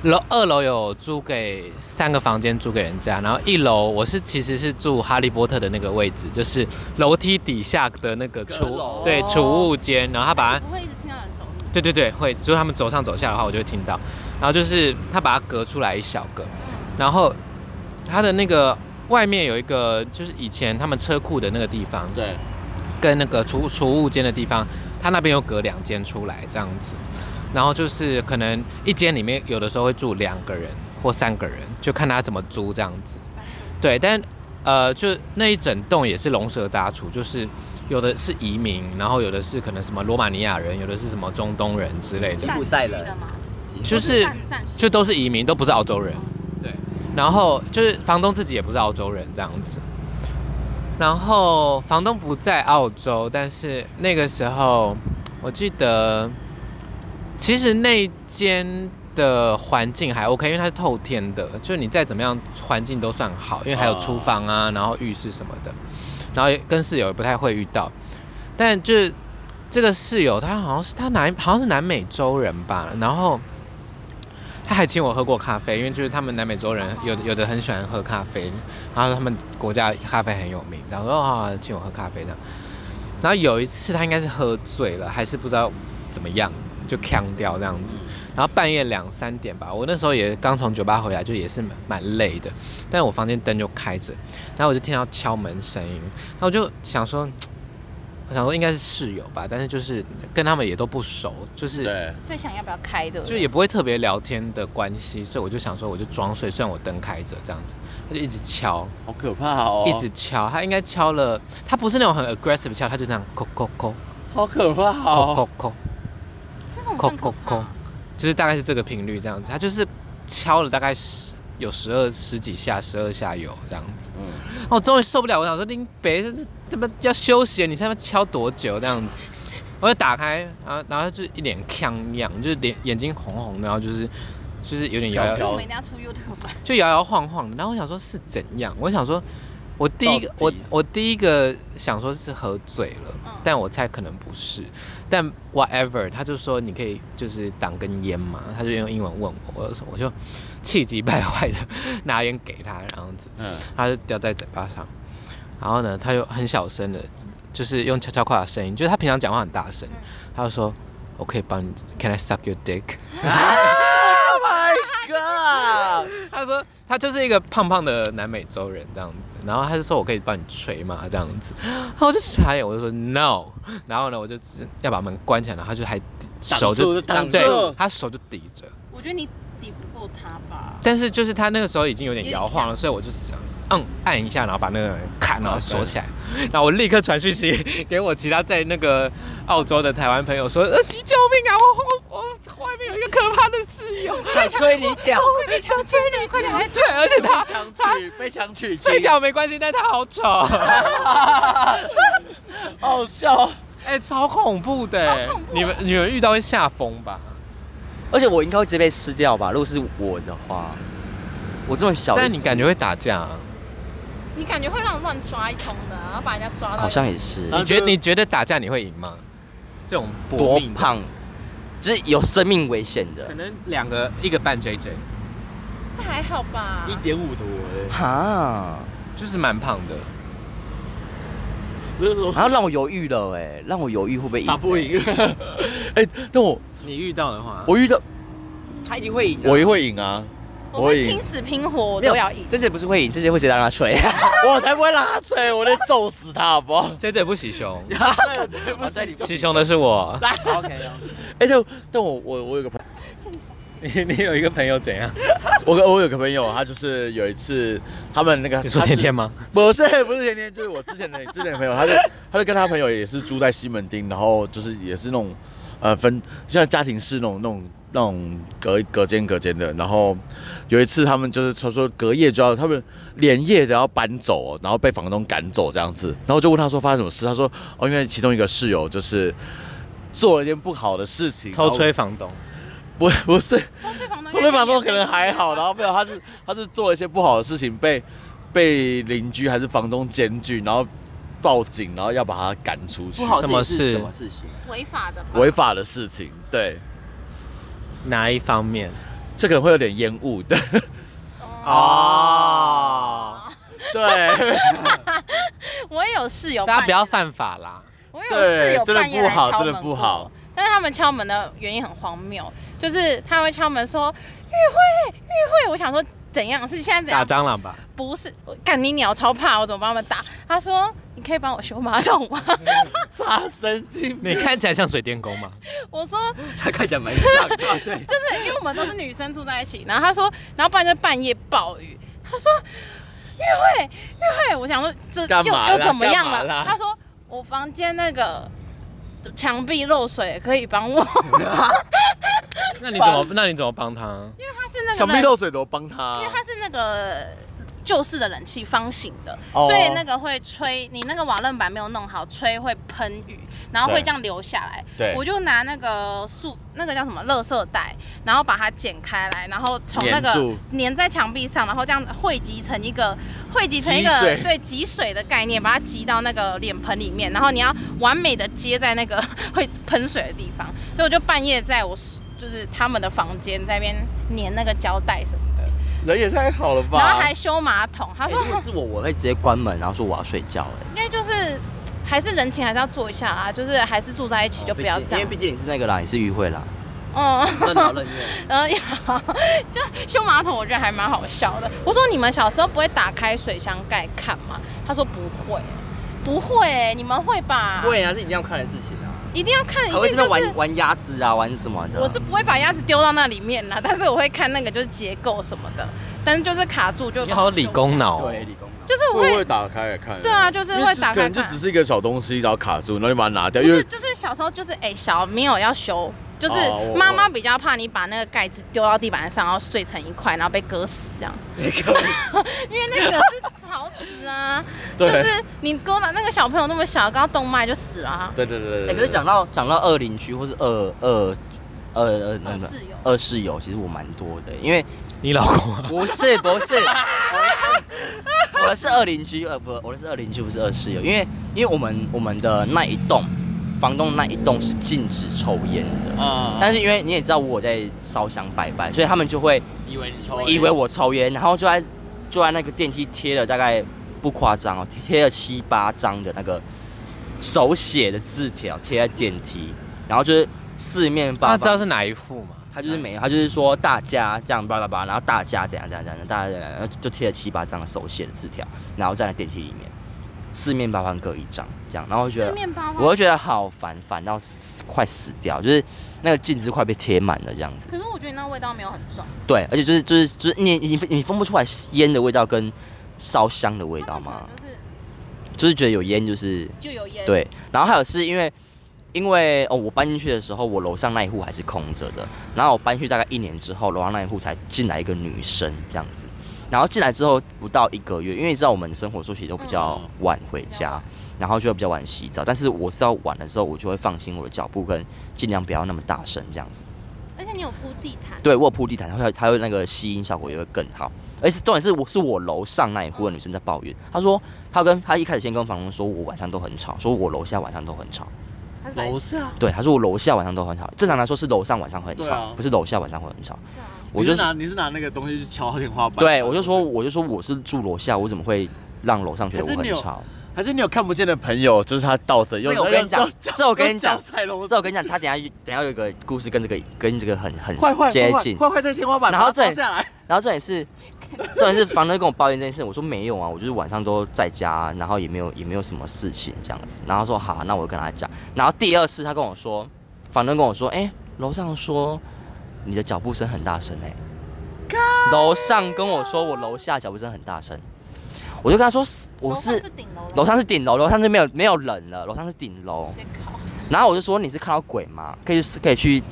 S1: 楼二楼有租给三个房间租给人家，然后一楼我是其实是住哈利波特的那个位置，就是楼梯底下的那个
S4: 阁
S1: 储
S4: 楼
S1: 对储物间，然后他把它
S3: 不会一直听到人走路。
S1: 对对对，会，如果他们走上走下的话，我就会听到。然后就是他把它隔出来一小个，然后它的那个外面有一个，就是以前他们车库的那个地方，
S2: 对，
S1: 跟那个储储物间的地方，它那边有隔两间出来这样子。然后就是可能一间里面有的时候会住两个人或三个人，就看他怎么租这样子。对，但呃，就那一整栋也是龙蛇杂处，就是有的是移民，然后有的是可能什么罗马尼亚人，有的是什么中东人之类的
S4: 柬，埔寨
S3: 暂
S4: 人
S3: 时去的吗
S1: 就
S3: 或是
S1: 是
S3: 暂暂时
S1: 就都是移民，都不是澳洲人。对，然后就是房东自己也不是澳洲人这样子。然后房东不在澳洲，但是那个时候我记得，其实那间的环境还 OK，因为它是透天的，就是你再怎么样环境都算好，因为还有厨房啊，然后浴室什么的，然后也跟室友也不太会遇到。但就是这个室友，他好像是他南好像是南美洲人吧，然后他还请我喝过咖啡，因为就是他们南美洲人有的有的很喜欢喝咖啡，然后他们国家咖啡很有名，然后说啊、请我喝咖啡这样。然后有一次他应该是喝醉了，还是不知道怎么样，就呛掉这样子。然后半夜两三点吧，我那时候也刚从酒吧回来，就也是蛮蛮累的，但我房间灯就开着，然后我就听到敲门声音，然后我就想说，我想说应该是室友吧，但是就是跟他们也都不熟，就是
S2: 对，
S3: 在想要不要开的，
S1: 就也不会特别聊天的关系，所以我就想说，我就装睡，虽然我灯开着这样子，他就一直敲，
S2: 好可怕哦，
S1: 一直敲，他应该敲了，他不是那种很 aggressive 敲，他就这样扣扣扣
S2: 好可怕
S1: 扣
S2: 哦，
S1: 扣扣，
S3: 这种更可
S1: 扣扣
S3: 怕
S1: 扣。就是大概是这个频率这样子，他就是敲了大概十有十二十几下，十二下有这样子，
S2: 嗯，
S1: 我终于受不了，我想说林北这他妈要休息了，你他妈敲多久这样子？我就打开，然后然后就一脸呛样，就是脸眼睛红红的，然后就是就是有点摇摇
S2: 飘飘
S3: 我们一定要出 YouTube 吧。
S1: 就摇摇晃晃的。然后我想说是怎样？我想说，我第一个
S2: 到
S1: 我
S2: 底
S1: 我第一个想说是喝醉了，
S3: 嗯
S1: 但我猜可能不是。但 whatever，他就说你可以就是挡根烟嘛，他就用英文问我，我就说我就气急败坏的拿烟给他，然后子
S2: 嗯，
S1: 他就叼在嘴巴上。然后呢，他就很小声的，就是用悄悄话的声音，就是他平常讲话很大声，他就说。我可以帮你，Can I suck your dick？
S2: 样？
S1: 他说他就是一个胖胖的南美洲人这样子，然后他就说我可以帮你捶嘛这样子， 然后我就傻眼，我就说 no，然后呢我就只要把门关起来，然后他就还手就
S2: 挡住挡住
S1: 对，他手就抵着，
S3: 我觉得你抵不过他吧。
S1: 但是就是他那个时候已经有点
S3: 有点
S1: 摇晃了，所以我就想嗯按一下，然后把那个卡然后锁
S2: 对
S1: 起来，然后我立刻传讯息给我其他在那个澳洲的台湾朋友说，呃救命啊，我我我外面有一个可怕的室友想吹你屌，
S3: 小娟，你快点来！
S1: 对，而且他
S2: 被强取，被强取经
S1: 这，条没关系，但他好丑，
S2: 好笑。
S1: 哎、超恐怖的、欸
S3: 超恐怖
S1: 你们你们遇到会吓疯吧？
S4: 而且我应该会直接被吃掉吧？如果是我的话，我这么小，
S1: 但你感觉会打架、啊？
S3: 你感觉会让人乱抓一通的，然后把人家抓到。
S4: 好像也是
S2: 然后
S1: 你觉
S2: 就
S1: 得你觉得打架你会赢吗？这种搏
S4: 多
S1: 命的，
S4: 胖，就是有生命危险的
S1: 可能两个一个半 JJ，
S3: 这还好吧？
S2: 点五的哎我，
S4: 哈。
S1: 就是蛮胖的。
S2: 那时候
S4: 然后让我犹豫了，哎，让我犹豫会不会赢？
S2: 打不赢。哎，但我
S1: 你遇到的话，
S2: 我遇到
S4: 他一定会赢啊
S2: 我也会赢啊，
S3: 我
S2: 我
S3: 会
S2: 赢
S3: 拼死拼活我
S4: 没有
S3: 都要赢。
S4: 这些不是会赢，这些会直接让他吹。
S2: 我才不会让他吹，我得揍死他，好不 好？
S1: JJ 不喜凶，
S2: 我哎真的不行
S1: 喜凶的是我。
S4: OK，
S2: 哎，但但我我我有个朋友
S1: 你你有一个朋友怎样？
S2: 我跟我有个朋友，他就是有一次他们那个
S1: 你说天天
S2: 吗？
S1: 吗？
S2: 不是不是甜甜，就是我之前的之前的朋友，他就他就跟他朋友也是住在西门町，然后就是也是那种呃分像家庭式那种那种那种隔隔间隔间的，然后有一次他们就是说说隔夜就要他们连夜的要搬走，然后被房东赶走这样子，然后就问他说发生什么事，他说哦因为其中一个室友就是做了一件不好的事情，
S1: 偷吹房东，
S2: 然后不不是。
S3: 偷吹 房东，
S2: 偷窥房东可能还好，然后没有，他是他是做了一些不好的事情，被被邻居还是房东检举，然后报警，然后要把他赶出去，
S1: 什么事
S4: 什么事情？
S3: 违法的吧，
S2: 违法的事情。对，
S1: 哪一方面？
S2: 这可能会有点烟雾的，
S1: 哦，
S2: 对
S3: 我也有室友，
S1: 大家不要，犯法啦。
S3: 我也有室友
S2: 对真的
S3: 半夜来
S2: 不好
S3: 敲门
S2: 真的不好
S3: 过。但是他们敲门的原因很荒谬，就是他会敲门说“玉慧，玉慧”，我想说怎样是现在怎
S1: 打
S3: 样？
S1: 蟑螂吧，
S3: 不是，我干你鸟超怕，我怎么帮他们打？他说：“你可以帮我修马桶吗
S2: 傻神经病。
S1: 你看起来像水电工吗？？”
S3: 我说
S4: 他看起来蛮像的，对：“。
S3: 就是因为我们都是女生住在一起。”然后他说：“然后不然就半夜暴雨。”他说：“玉慧，玉慧，我想说这
S2: 干
S3: 又
S2: 嘛
S3: 又
S2: 啦
S3: 怎么样
S2: 干嘛啦
S3: 了？”他说：“我房间那个墙壁漏水，可以帮 我。”
S1: 那你怎么那你怎么帮他？
S3: 他是那个
S2: 小
S3: 冷
S2: 蜜漏水怎么帮他、
S3: 因为它是那个旧式的冷气方形的，
S2: 哦
S3: 所以那个会吹，你那个瓦楞板没有弄好，吹会喷雨，然后会
S2: 对
S3: 这样流下来。
S2: 对
S3: 我就拿那个塑那个叫什么垃圾袋，然后把它剪开来，然后从那
S2: 粘
S3: 个
S2: 住
S3: 粘在墙壁上，然后这样汇集成一个汇集成一个
S2: 积水
S3: 对挤水的概念，把它挤到那个脸盆里面，然后你要完美的接在那个 会喷水的地方。所以我就半夜在我就是他们的房间在那边粘那个胶带什么的。
S2: 人也太好了吧？
S3: 然后还修马桶。他
S4: 哎
S3: 说
S4: 如，果是我，我会直接关门，然后说我要睡觉。哎，
S3: 因为就是还是人情还是要做一下啦，就是还是住在一起就不要这
S4: 因为
S3: 样
S4: 哦毕。竟你是那个啦，你是玉慧啦。
S3: 嗯，
S4: 任劳任怨。
S3: 然后也好，呃 就修马桶，我觉得还蛮好笑的。我说你们小时候不会打开水箱盖看吗？他说不会、不会、你们会吧？，
S4: 会啊，是一定要看的事情啊。
S3: 一定要看，
S4: 还
S3: 一
S4: 会这
S3: 定就
S4: 边
S3: 是
S4: 玩。玩鸭子啊，玩什么的。
S3: 我是不会把鸭子丢到那里面啦， 但是我会看那个就是结构什么的，但是就是卡住就。
S1: 你好理工，脑、哦，
S4: 对理工男。
S3: 就是我
S2: 会不
S3: 会
S2: 会，打开来看？
S3: 对啊就是会打开看
S2: 可能就只是一个小东西，然后卡住，然后你把它拿掉，
S3: 不
S2: 因
S3: 是
S2: 为
S3: 就是小时候就是哎、小没有要修，就是
S2: 哦我
S3: 妈妈比较怕你把那个盖子丢到地板上，然后碎成一块，然后被割死这样。 因为那个是草纸 啊，就
S2: 对
S3: 是你割了那个小朋友那么小，刚动脉就死了、啊。
S2: 对对对对对。
S4: 哎，可是讲到讲到二邻居或是二二二二那
S3: 二
S4: 个
S3: 室友
S4: 二室友，其实我蛮多的，因为
S1: 你老公啊？
S4: 不是不是，我的是二邻居，呃不，我的是二邻居，不是二室友，因为因为我们我们的那一栋房东那一栋是禁止抽烟的，
S2: 啊
S4: 但是因为你也知道我有在烧香拜拜，所以他们就会
S2: 以为你抽
S4: 以为哦我抽烟，然后就在就在那个电梯贴了大概不夸张哦，贴贴了七八张的那个手写的字条贴在电梯，然后就是四面八
S1: 他知
S4: 方
S1: 道是哪一户吗？
S4: 他就是没有，他就是说大家这样叭叭叭，然后大家怎样怎样怎样，大家怎样，然后就贴了七八张手写的字条，然后站在电梯里面，四面八方各一张，这样，然后我就觉
S3: 四
S4: 得
S3: 面八方。
S4: 我就觉得好烦，烦到死快死掉，就是那个镜子快被贴满了这样子。
S3: 可是我觉得那味道没有很重，
S4: 对，而且就是就是就是你你你分不出来烟的味道跟烧香的味道吗
S3: 他？们可能就是
S4: 就是觉得有烟就是
S3: 就有烟。，
S4: 对，然后还有是因为因为哦，我搬进去的时候，我楼上那一户还是空着的，然后我搬去大概一年之后，楼上那一户才进来一个女生这样子，然后进来之后不到一个月，因为你知道我们生活作息都比较晚回家。然后就会比较晚洗澡，但是我知道晚的时候，我就会放轻我的脚步，跟尽量不要那么大声这样子。
S3: 而且你有铺地毯。
S4: 对，我有铺地毯，然后它会那个吸音效果也会更好。而且重点是我是我楼上那一户的女生在抱怨，她说她跟她一开始先跟房东说我晚上都很吵，说我楼下晚上都很吵。
S3: 他是白
S1: 楼
S3: 痴
S1: 下，
S4: 对，她说我楼下晚上都很吵。正常来说是楼上晚上会很
S2: 对
S4: 吵，
S2: 啊
S4: 不是楼下晚上会很吵。
S3: 啊
S4: 我就
S2: 你是拿你是拿那个东西去敲天花板，
S4: 对我就说我就说我是住楼下，我怎么会让楼上觉得
S2: 可
S4: 我
S2: 是
S4: 很
S2: 你有
S4: 吵？
S2: 还是你有看不见的朋友，就是他倒着用
S4: 这个我跟你讲
S2: 用脚
S4: 这我跟你讲
S2: 用脚踩楼
S4: 这我跟你讲，她等一下等一下有一个故事跟这个跟这个很很
S2: 坏坏
S4: 接
S2: 坏坏
S4: 近。
S2: 坏坏在天花板，
S4: 然后
S2: 再
S4: 再
S2: 下来，
S4: 然后重 点是，重点是房东跟我抱怨这件事，我说没有啊，我就是晚上都在家，然后也没有也没有什么事情这样子。然后他说好啊、那我跟他讲。然后第二次他跟我说，房东跟我说，哎、楼上说你的脚步声很大声哎、楼上跟我说我楼下脚步声很大声，我就跟他说是我
S3: 楼
S4: 是
S3: 上顶楼，
S4: 楼上是顶楼，楼上就没有没有人了，楼上是顶楼。
S3: 写考，
S4: 然后我就说你是看到鬼吗？可以可以去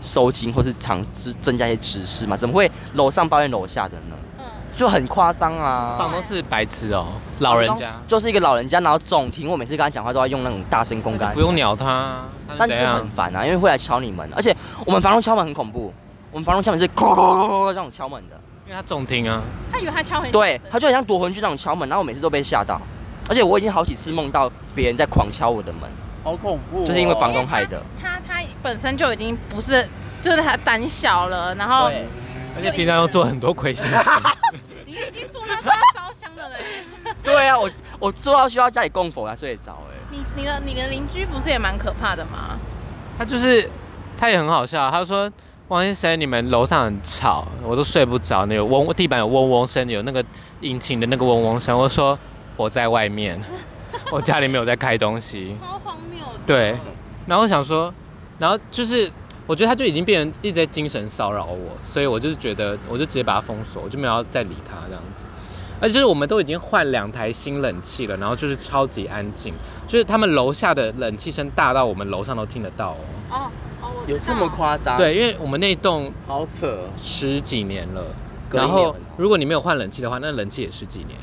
S4: 收金或是尝试增加一些知识嘛？怎么会楼上抱怨楼下的呢？
S3: 嗯，
S4: 就很夸张啊！
S1: 房东是白痴哦，老人家
S4: 就是一个老人家，然后总听我每次跟他讲话都要用那种大声公
S1: 那
S4: 干
S1: 就不，用鸟他，啊他
S4: 但
S1: 是
S4: 是
S1: 怎
S4: 很
S1: 样？
S4: 烦啊，因为会来敲你门，而且我们房东敲门很恐怖，我们房东敲门是哐哐哐哐哐这种敲门的，
S1: 因为他重听啊，
S3: 他以为他敲很
S4: 对
S3: 小，声
S4: 他就很像夺魂锯那种敲门，然后我每次都被吓到，而且我已经好几次梦到别人在狂敲我的门，
S2: 好恐怖哦，
S4: 就是因为房
S3: 因为
S4: 东害的
S3: 哎他他他本身就已经不是，就是他胆小了，然后
S4: 对，
S1: 而且平常要做很多亏心事。
S3: 你已经做到快要烧香了嘞。
S4: 对啊，我我做到需要家里供佛才睡得着哎、
S3: 你你的你的邻居不是也蛮可怕的吗？
S1: 他就是他也很好笑，啊他说王先生，你们楼上很吵，我都睡不着，那有嗡地板有嗡嗡声，有那个引擎的那个嗡嗡声。我说我在外面，我家里没有在开东西。
S3: 超荒谬的。
S1: 对，然后我想说，然后就是我觉得他就已经变成一直在精神骚扰我，所以我就是觉得我就直接把他封锁，我就没有要再理他这样子。而且就是我们都已经换两台新冷气了，然后就是超级安静，就是他们楼下的冷气声大到我们楼上都听得到哦。
S3: 哦哦，我知道
S4: 有这么？夸张？，
S1: 对，因为我们那一栋
S2: 好扯哦，
S1: 十几年了，
S4: 隔一
S1: 然
S4: 年
S1: 后
S4: 了
S1: 如果你没有换冷气的话，那冷气也十几年，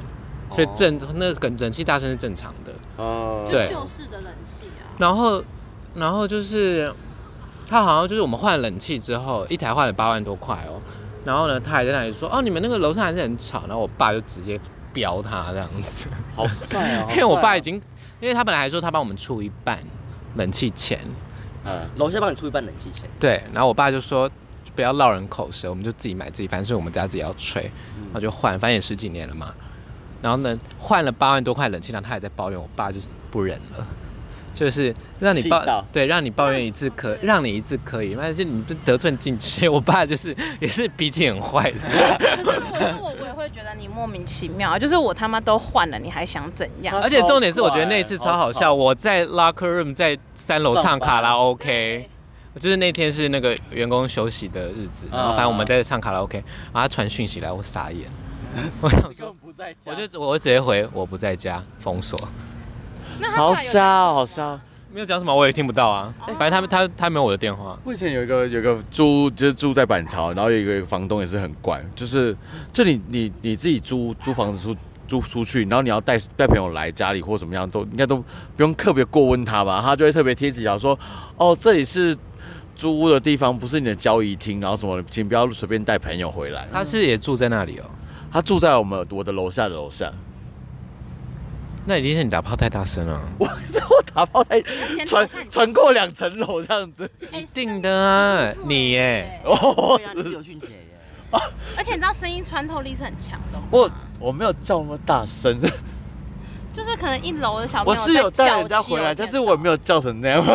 S1: 所以正那个冷气大声是正常的。
S2: 哦
S1: 对
S3: 就旧式的冷气啊。
S1: 然后，然后就是他好像就是我们换冷气之后，一台换了八万多块哦。然后呢，他还在那里说：“哦，你们那个楼上还是很吵。”然后我爸就直接飙他这样子，
S2: 好帅哦，好帅哦
S1: 因为我爸已经，因为他本来还说他帮我们出一半冷气钱，
S2: 嗯
S4: 楼下帮你出一半冷气钱。
S1: 对，然后我爸就说不要落人口舌，我们就自己买自己，反正是我们家自己要吹，
S2: 嗯
S1: 然后就换，反正也十几年了嘛。然后呢，换了八万多块冷气，然后他还在抱怨，我爸就是不忍了，就是让你
S2: 气
S1: 抱
S2: 到
S1: 对，让你抱怨一次可，让你一次可以，但是你这得寸进尺。我爸就是也是脾气很坏的，
S3: 可是如果是我，我也会觉得你莫名其妙，啊就是我他妈都换了，你还想怎样？
S1: 而且重点是我觉得那一次超好
S2: 好
S1: 笑，我在 locker room 在三楼唱
S2: 上班
S1: 卡拉 OK。就是那天是那个员工休息的日子，然后
S2: 嗯
S1: 反正我们在唱卡拉 OK，然后他传讯息来，我傻眼，我想
S2: 根本不在家，
S1: 我就我直接回我不在家，封锁，
S3: 那他
S2: 好
S3: 后来有
S2: 笑哦好笑。
S1: 没有讲什么，我也听不到啊。嗯反正他们他他没有我的电话，
S2: 我以前有一个有一个租就是住在板桥，然后有一个房东也是很怪，就是就你你你自己租租房子出租出去，然后你要带带朋友来家里或怎么样，都应该都不用特别过问他吧，他就会特别贴纸条说，哦这里是租屋的地方，不是你的交易厅，然后什么，请不要随便带朋友回来。
S1: 他是也住在那里哦。
S2: 他住在我们我的楼下的楼下，
S1: 那一定是你打炮太大声了，
S2: 我我打包在
S3: 检讨一
S2: 穿
S3: 下你自己
S2: 穿过两层楼这样子，
S3: 一
S1: 定的啊，你耶，。
S2: 哦
S4: 对，啊，你是有俊杰耶。
S3: 而且你知道声音穿透力是很强的，哦
S2: 我我没有叫那么大声。
S3: 就是可能一楼的小朋
S2: 我
S3: 友
S2: 是有
S3: 在
S2: 带
S3: 叫
S2: 人家
S3: 气
S2: 回来，但是
S3: 见
S2: 我
S3: 到
S2: 没有叫成那样。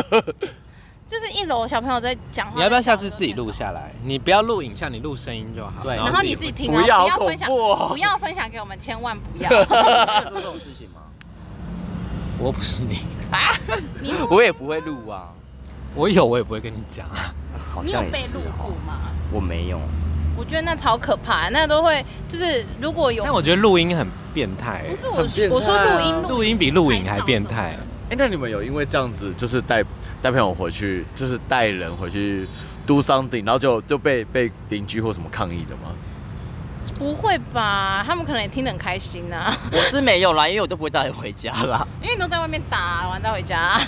S3: 就是一楼小朋友在讲话，
S1: 你要不要下次自己？录下来？你不要录影像，你录声音就好。
S4: 对
S3: 然后你自己听，
S2: 不
S3: 然
S2: 要
S3: 后
S2: 好
S3: 啊不要分享，
S2: 恐怖哦
S3: 不要分享给我们，千万不 要。
S4: 做这种事情吗？
S1: 我不是你，
S3: 你录，
S4: 我也不会录啊，
S1: 我有我也不会跟你讲啊。
S4: 好
S3: 你有
S4: 像也
S3: 被
S4: 是
S3: 录过
S4: 哦，
S3: 吗？
S4: 我没有。
S3: 我觉得那超可怕，那都会就是如果有
S1: 但，我觉得录音很变态、
S3: 不是
S1: 欸，
S3: 我
S2: 很变态啊
S3: 我说录音
S1: 录
S3: 音
S1: 音比录影还变态。欸
S2: 哎、那你们有因为这样子，就是带带朋友回去，就是带人回去 do something，然后就就被被邻居或什么抗议 的吗？
S3: 不会吧？他们可能也听得很开心啊，
S4: 我是没有啦，因为我都不会带人回家啦。
S3: 因为你都在外面打完再回家，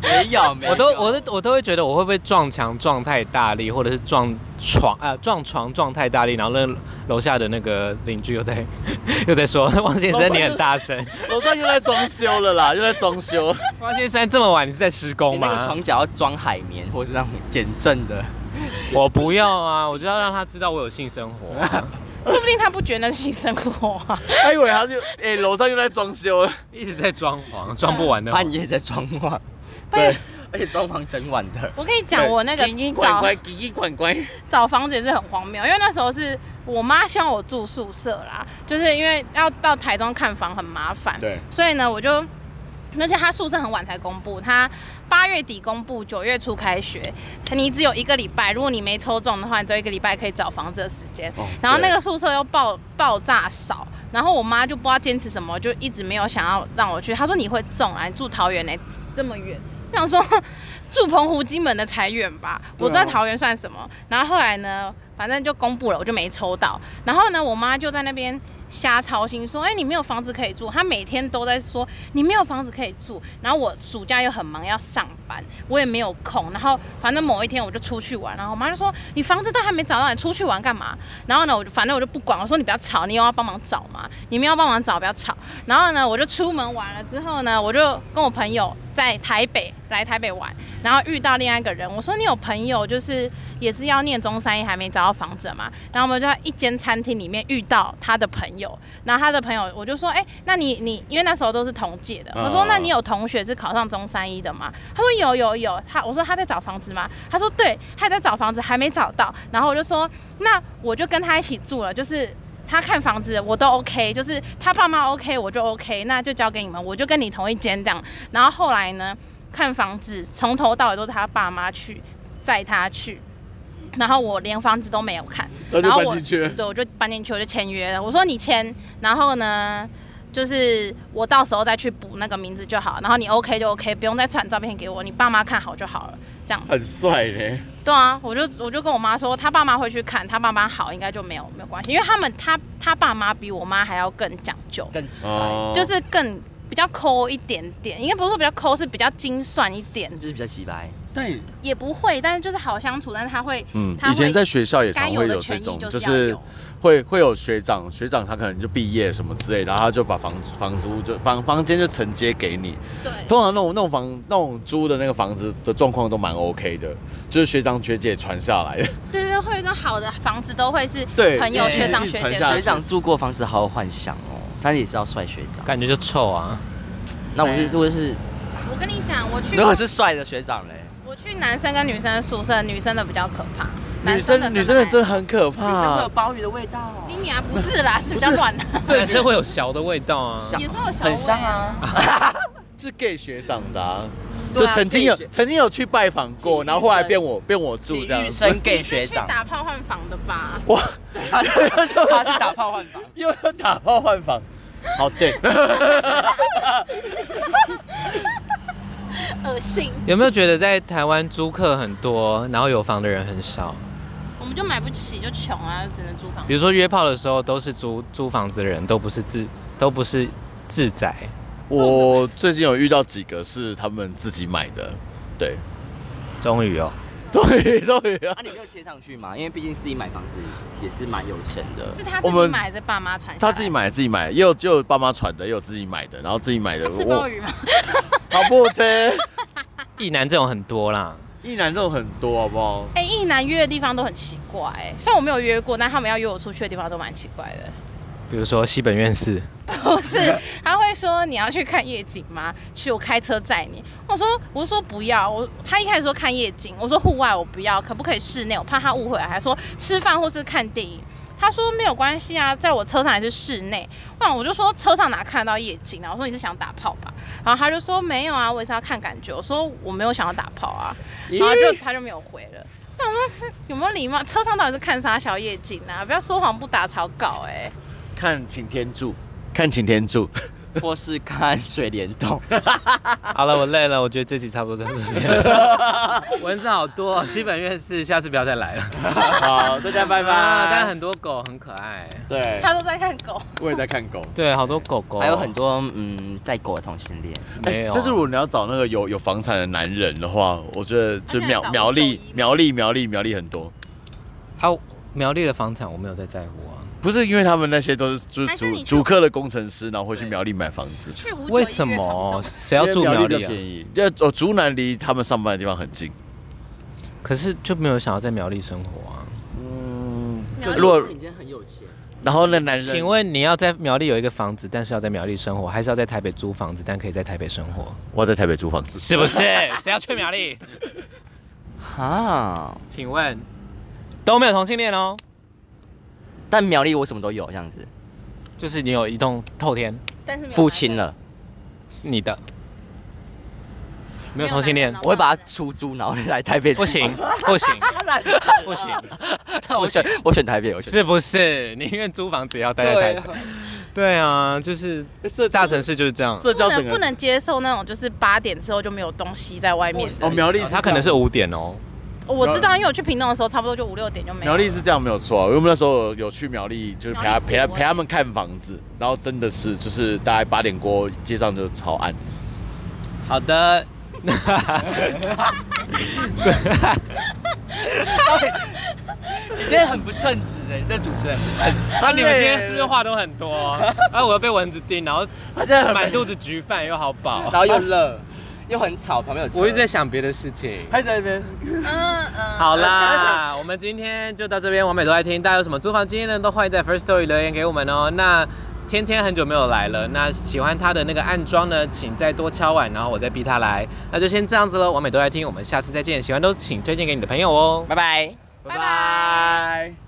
S4: 没有，没有。
S1: 我都我都我都会觉得我会不会撞墙撞太大力，或者是撞床啊、撞床撞太大力，然后那楼下的那个邻居又在 又在说汪先生你很大声，
S2: 楼上又在装修了啦，又在装修。
S1: 汪先生这么晚你是在施工
S4: 你那个
S1: 吗
S4: 床？脚要装海绵，或是那种减震的。
S1: 我不要啊，我就要让他知道我有性生活啊、
S3: 说不定他不觉得那是性生活啊。
S2: 他以为他就哎，楼、上又在装修了。
S1: 一直在装潢，装不完的。
S4: 半夜在装潢，
S3: 对，
S4: 而且装潢整晚的。
S3: 我跟你讲，我那个
S2: 叽
S3: 找
S2: 叽管管，叽叽 管管。
S3: 找房子也是很荒谬，因为那时候是我妈希望我住宿舍啦，就是因为要到台中看房很麻烦，
S2: 对，
S3: 所以呢我就，而且她宿舍很晚才公布，她八月底公布，九月初开学，你只有一个礼拜，如果你没抽中的话，你只有一个礼拜可以找房子的时间，
S2: 哦
S3: 然后那
S2: 对
S3: 个宿舍又爆爆炸少，然后我妈就不知道坚持什么，就一直没有想要让我去，她说你会中啊，你住桃园呢、这么远，我想说。住澎湖、金门的才远吧，我知道桃园算什么。然后后来呢，反正就公布了，我就没抽到。然后呢，我妈就在那边瞎操心，说：“哎、你没有房子可以住。”她每天都在说：“你没有房子可以住。”然后我暑假又很忙要上班，我也没有空。然后反正某一天我就出去玩，然后我妈就说：“你房子都还没找到，你出去玩干嘛？”然后呢，我就反正我就不管，我说：“你不要吵，你有要帮忙找吗？你们要帮忙找，不要吵。”然后呢，我就出门玩了之后呢，我就跟我朋友在台北来台北玩，然后遇到另外一个人，我说你有朋友就是也是要念中山一还没找到房子嘛，然后我们就在一间餐厅里面遇到他的朋友，然后他的朋友我就说，哎、那你你因为那时候都是同届的，
S2: 嗯
S3: 我说那你有同学是考上中山一的吗？他说有有有，他我说他在找房子吗？他说对，他在找房子还没找到，然后我就说那我就跟他一起住了，就是。他看房子我都 OK，就是他爸妈 OK 我就 OK，那就交给你们，我就跟你同一间这样。然后后来呢，看房子从头到尾都是他爸妈去载他去，然后我连房子都没有看，
S2: 那就
S3: 然后
S2: 搬
S3: 我
S2: 进去了。
S3: 对我就搬进去，我就签约了。我说你签，然后呢，就是我到时候再去补那个名字就好，然后你 OK 就 OK，不用再传照片给我，你爸妈看好就好了。这样
S2: 很帅嘞，
S3: 对啊，我就我就跟我妈说，他爸妈会去看，他爸妈好应该就没有没有关系，因为他们他他爸妈比我妈还要更讲究，
S4: 更直白，
S2: 哦，
S3: 就是更比较抠一点点，应该不是说比较抠，是比较精算一点，
S2: 嗯
S4: 就是比较直白。
S2: 但
S3: 也不会，但是就是好相处，但是他会，
S2: 嗯，
S3: 他
S2: 以前
S3: 会
S2: 在学校也
S3: 该
S2: 常
S3: 有
S2: 会
S3: 的
S2: 有
S3: 权
S2: 这
S3: 益
S2: 种，
S3: 就
S2: 就是
S3: 要
S2: 是
S3: 有
S2: 会会有学长，学长他可能就毕业什么之类，然后他就把房租房租就房房间就承接给你。
S3: 对，
S2: 通常那种那种房那种租的那个房子的状况都蛮 OK 的，就是学长学姐传下来 的。
S3: 对对，会有一种好的房子都会是
S2: 对
S3: 朋友、
S4: 一直
S3: 学长、
S2: 一直
S3: 学
S2: 传
S3: 姐
S2: 下
S3: 什
S2: 去
S3: 么
S4: 学长住过房子，好有幻想哦，但是也是要帅学长。
S1: 感觉就臭啊！
S4: 那我是如果是
S3: 我跟你讲，我去
S4: 如果是帅的学长嘞，
S3: 我去男生跟女生的宿舍，女生的比较可怕，
S2: 女
S3: 男
S2: 生
S3: 的
S2: 女生的
S3: 还
S2: 真的很可
S4: 女生会
S2: 怕
S4: 有，鲍鱼的味道，
S3: 你娘不是 啦，是比较乱的，
S1: 对，是会有小的味道啊。
S4: 香
S3: 也是有小
S4: 很香
S3: 味
S4: 啊。
S2: 是 gay 学长的啊、
S4: 对
S2: 就
S4: 啊
S2: 曾经有
S4: gay 学
S2: 曾经有去拜访过，
S4: 体育
S2: 然后后来
S4: 生
S2: 变我变我住
S4: 体
S2: 这样
S4: 育
S2: 子，
S4: 生
S3: 你
S4: gay
S3: 是
S4: 学
S3: 去
S4: 长，
S3: 打炮换房的吧？
S2: 哇，
S4: 他是他是打炮换房，
S2: 又要打包换房，好 对。
S3: 恶心，
S1: 有没有觉得在台湾租客很多，然后有房的人很少？
S3: 我们就买不起，就穷啊，就只能租房
S1: 比。如说约炮的时候，都是租租房子的人，都不是自都不是自宅。
S2: 我最近有遇到几个是他们自己买的，对，
S1: 终于哦，
S2: 对，对 啊
S4: 那，你没有贴上去嘛？因为毕竟自己买房子也是蛮有钱的。
S3: 是他
S2: 我
S3: 自己
S2: 们
S3: 买还是爸妈传？
S2: 他自己。买，自己买，也有就有爸妈传的，也有自己买的，然后自己买的
S3: 他，吃鲍
S2: 我
S3: 鱼吗？
S2: 好不车，
S1: 一男这种很多啦。
S2: 一男这种很多，好不好？
S3: 哎、一男约的地方都很奇怪、欸，虽然我没有约过，但他们要约我出去的地方都蛮奇怪的。
S1: 比如说西本院 寺，
S3: 不是，他会说你要去看夜景吗？去，我开车载你。我说，我说不要。我他一开始说看夜景，我说户外我不要，可不可以室内？我怕他误会，还说吃饭或是看电影。他说没有关系啊，在我车上还是室内。那我就说车上哪看得到夜景啊？我说你是想打炮吧？然后他就说没有啊，我也是要看感觉。我说我没有想要打炮啊，然后就他就没有回了。那我说有没有礼貌？车上到底是看啥小夜景啊？不要说谎不打草稿哎、
S2: 看擎天柱，看擎天柱，
S4: 或是看水帘洞。
S1: 好了，我累了，我觉得这集差不多到这边了。 蚊子好多、哦，西本院寺下次不要再来了。
S2: 好，大家拜 拜。
S1: 啊但很多狗很可爱，
S2: 对，
S3: 他都在看狗。
S2: 我也在看狗。
S1: 对，好多狗哦哎狗，
S4: 还有很多嗯带狗的同性恋，
S1: 没有。
S2: 哎
S1: 啊
S2: 但是如果你要找那个有有房产的男人的话，我觉得就苗
S3: 他可以找
S2: 苗
S3: 吴仲
S2: 栗
S3: 仪吗
S2: 苗栗苗栗苗栗很多，
S1: 啊，苗栗的房产我没有在在乎啊，
S2: 不是因为他们那些都是就
S3: 还
S2: 是
S3: 是你
S2: 主
S3: 去
S2: 主客的工程师，然后会去苗栗买房子，
S3: 去五九一
S1: 为什
S3: 乐房
S1: 么
S3: 东
S1: 谁要住
S2: 因为
S1: 苗
S2: 苗栗比
S1: 栗
S2: 较
S1: 啊？
S2: 便宜，要哦竹南离他们上班的地方很近。
S1: 可是就没有想要在苗栗生活啊。
S2: 嗯，
S3: 苗栗
S2: 如果
S4: 你今天很有钱，
S2: 然后那男人，
S1: 请问你要在苗栗有一个房子，但是要在苗栗生活，还是要在台北租房子，但可以在台北生活？
S2: 我要在台北租房子，
S1: 是不是？谁要去苗栗？
S4: 哈，
S1: 请问都没有同性恋哦，
S4: 但苗栗我什么都有这样子，
S1: 就是你有一栋透天，
S3: 但是没有
S4: 父亲
S3: 男
S4: 了，
S1: 是你的，没有同性恋
S3: 没有男的呢
S4: 我会把它出租，然后来台北。
S1: 不行，不 行 不行，
S3: 哦
S4: 我选我选台北，我选。
S1: 是不是？宁愿租房子也要待在台北。对啊，就是大城市就是这样。
S2: 社
S3: 生，
S2: 交
S3: 不
S2: 整
S3: 能不
S2: 个
S3: 能接受那种就是八点之后就没有东西在外面的。
S2: 哦，苗栗
S1: 他可能是五点哦，
S3: 我知道，因为我去屏东的时候，差不多就五六点就没有
S2: 苗
S3: 了。
S2: 栗是这样没有错啊、因为我们那时候有去苗栗，就是陪他
S3: 苗栗
S2: 陪他
S3: 国
S2: 陪他们看房子，然后真的是就是大概八点过街上就超暗，
S1: 好 的，
S5: 你今天很不称职
S1: 欸
S5: 哎，这主持人很不称职。
S1: 那、你们今天是不是话都很多？啊，我又被蚊子叮，然后
S4: 他现在很
S1: 满肚子焗饭又好饱
S4: 然，后又热，又很吵，旁边有车。
S1: 我一直在想别的事情。
S2: 还在那边。
S3: 嗯嗯。
S1: 好啦，我们今天就到这边，完美都爱听。大家有什么租房经验呢？都欢迎在 First Story 留言给我们哦。那天天很久没有来了，那喜欢他的那个暗装呢，请再多敲碗，然后我再逼他来。那就先这样子喽，完美都爱听，我们下次再见。喜欢都请推荐给你的朋友哦，
S4: 拜拜。
S3: 拜拜。
S2: 拜。